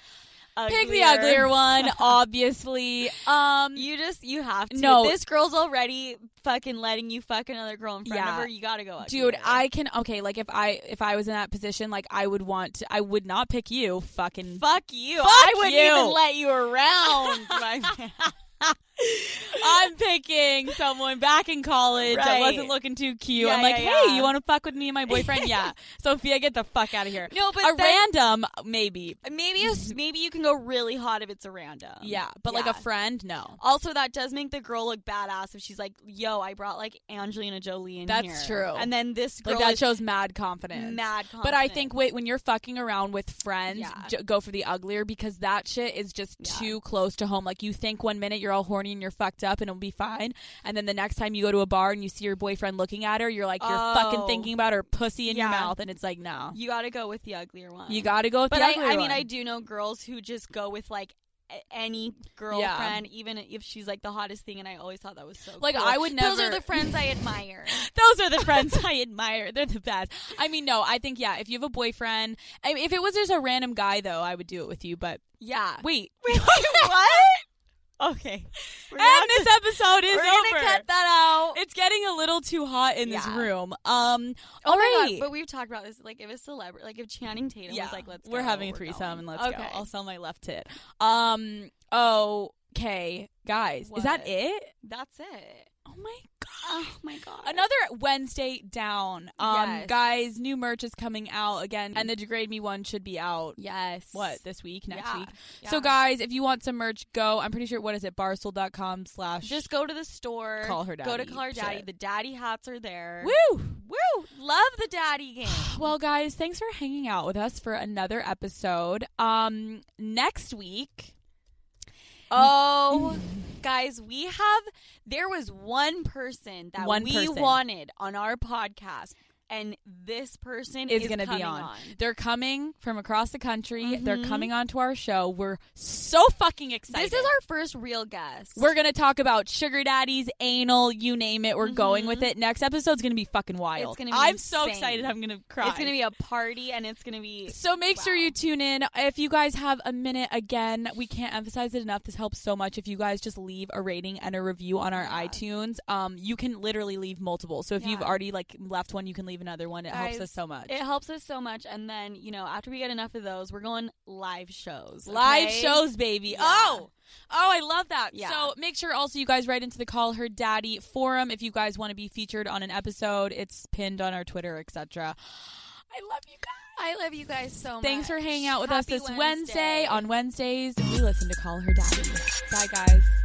S2: Pick the uglier one, obviously. Um,
S3: You just you have to.
S2: No.
S3: this girl's already fucking letting you fuck another girl in front
S2: Yeah.
S3: of her. You gotta go,
S2: dude
S3: uglier.
S2: i can okay like if i if i was in that position like i would want to, i would not pick you fucking
S3: fuck you.
S2: Fuck
S3: I wouldn't
S2: you.
S3: even let you
S2: *laughs*
S3: around. my man.
S2: i'm picking someone back in college that
S3: Right.
S2: wasn't looking too cute i'm
S3: Yeah,
S2: like
S3: yeah,
S2: hey
S3: yeah.
S2: you want to fuck with me and my
S3: *laughs*
S2: boyfriend yeah sophia get the fuck out of here
S3: No, but
S2: a
S3: then-
S2: random maybe
S3: maybe a s maybe you can go really hot if it's a random.
S2: yeah but like
S3: Yeah.
S2: a friend no
S3: Also, that does make the girl look badass if she's like, "Yo, I brought like Angelina Jolie in
S2: That's
S3: here."
S2: true.
S3: And then this girl
S2: like that
S3: is
S2: shows mad confidence
S3: mad.
S2: But I
S3: confident.
S2: think wait when you're fucking around with friends,
S3: Yeah.
S2: j- go for the uglier because that shit is just
S3: Yeah.
S2: too close to home. Like you think one minute you're all horny and you're fucked up and it'll be fine, and then the next time you go to a bar and you see your boyfriend looking at her, you're like you're fucking
S3: Oh.
S2: thinking about her pussy in your
S3: Yeah.
S2: mouth, and it's like no,
S3: you got to go with the uglier one.
S2: you got to go with
S3: But
S2: the
S3: I,
S2: uglier
S3: I mean,
S2: one.
S3: I do know girls who just go with like a- any girlfriend, even if she's like the hottest thing. And I always thought that was so.
S2: Like,
S3: cool.
S2: I would
S3: Those are
S2: never-
S3: the friends I
S2: *laughs*
S3: admire.
S2: Those are the friends I admire. They're the best. I mean, no, I think yeah. If you have a boyfriend, I mean, if it was just a random guy though, I would do it with you. But
S3: yeah.
S2: *laughs* wait,
S3: *laughs* what?
S2: okay.
S3: We're
S2: And
S3: not-
S2: this episode is
S3: we're
S2: over.
S3: gonna cut that out.
S2: It's getting a little too hot in this
S3: Yeah.
S2: room. Um,
S3: Oh
S2: all
S3: my God,
S2: right.
S3: but we've talked about this. Like, if a celebrity, like if Channing Tatum
S2: yeah,
S3: was like, "Let's,"
S2: we're
S3: go,
S2: having a
S3: we're
S2: threesome
S3: going.
S2: and let's go.
S3: Okay.
S2: I'll sell my left tit. Um, okay, guys, is that
S3: What?
S2: it?
S3: That's it.
S2: Oh my god.
S3: Oh my god.
S2: Another Wednesday down. Um,
S3: Yes.
S2: guys, new merch is coming out again, and the Degrade Me one should be out.
S3: Yes.
S2: What this week, next
S3: Yeah,
S2: week? So,
S3: yeah.
S2: guys, if you want some merch, go. I'm pretty sure what is it? Barstool.com slash
S3: Just go to the store.
S2: Call her
S3: Go to
S2: daddy.
S3: call her daddy.
S2: Shit.
S3: The daddy hats are there.
S2: woo.
S3: Woo! Love the
S2: *gasps*
S3: daddy game.
S2: *sighs* Well, guys, thanks for hanging out with us for another episode. Um, next week,
S3: Oh, guys, we have. There was one person that
S2: One
S3: we
S2: person.
S3: wanted on our podcast, and this person
S2: Is
S3: is,
S2: gonna be
S3: coming
S2: on.
S3: on.
S2: they're coming from across the country. They're
S3: Mhm.
S2: coming onto our show. We're so fucking excited.
S3: This is our first real guest.
S2: We're gonna talk about sugar daddies, anal, you name it. We're going
S3: Mhm.
S2: with it. Next episode's gonna be fucking wild.
S3: It's gonna be
S2: I'm so
S3: insane.
S2: excited. I'm gonna cry.
S3: It's gonna be a party, and it's gonna be
S2: So make sure
S3: Wow.
S2: you tune in. If you guys have a minute, again, we can't emphasize it enough. This helps so much. If you guys just leave a rating and a review on our
S3: Yeah.
S2: iTunes, um, you can literally leave multiple. So if you've
S3: Yeah.
S2: already like left one, you can leave another one. It helps
S3: Guys,
S2: us so much.
S3: It helps us so much. And then, you know, after we get enough of those, we're going live shows.
S2: Live
S3: okay?
S2: shows, baby.
S3: Yeah.
S2: Oh. Oh, I love that.
S3: Yeah.
S2: So make sure also you guys write into the Call Her Daddy forum if you guys want to be featured on an episode. It's pinned on our Twitter, etc. I love you guys.
S3: I love you guys so much.
S2: Thanks for hanging out with us
S3: Happy
S2: this Wednesday. On Wednesdays, we listen to Call Her Daddy. Bye, guys.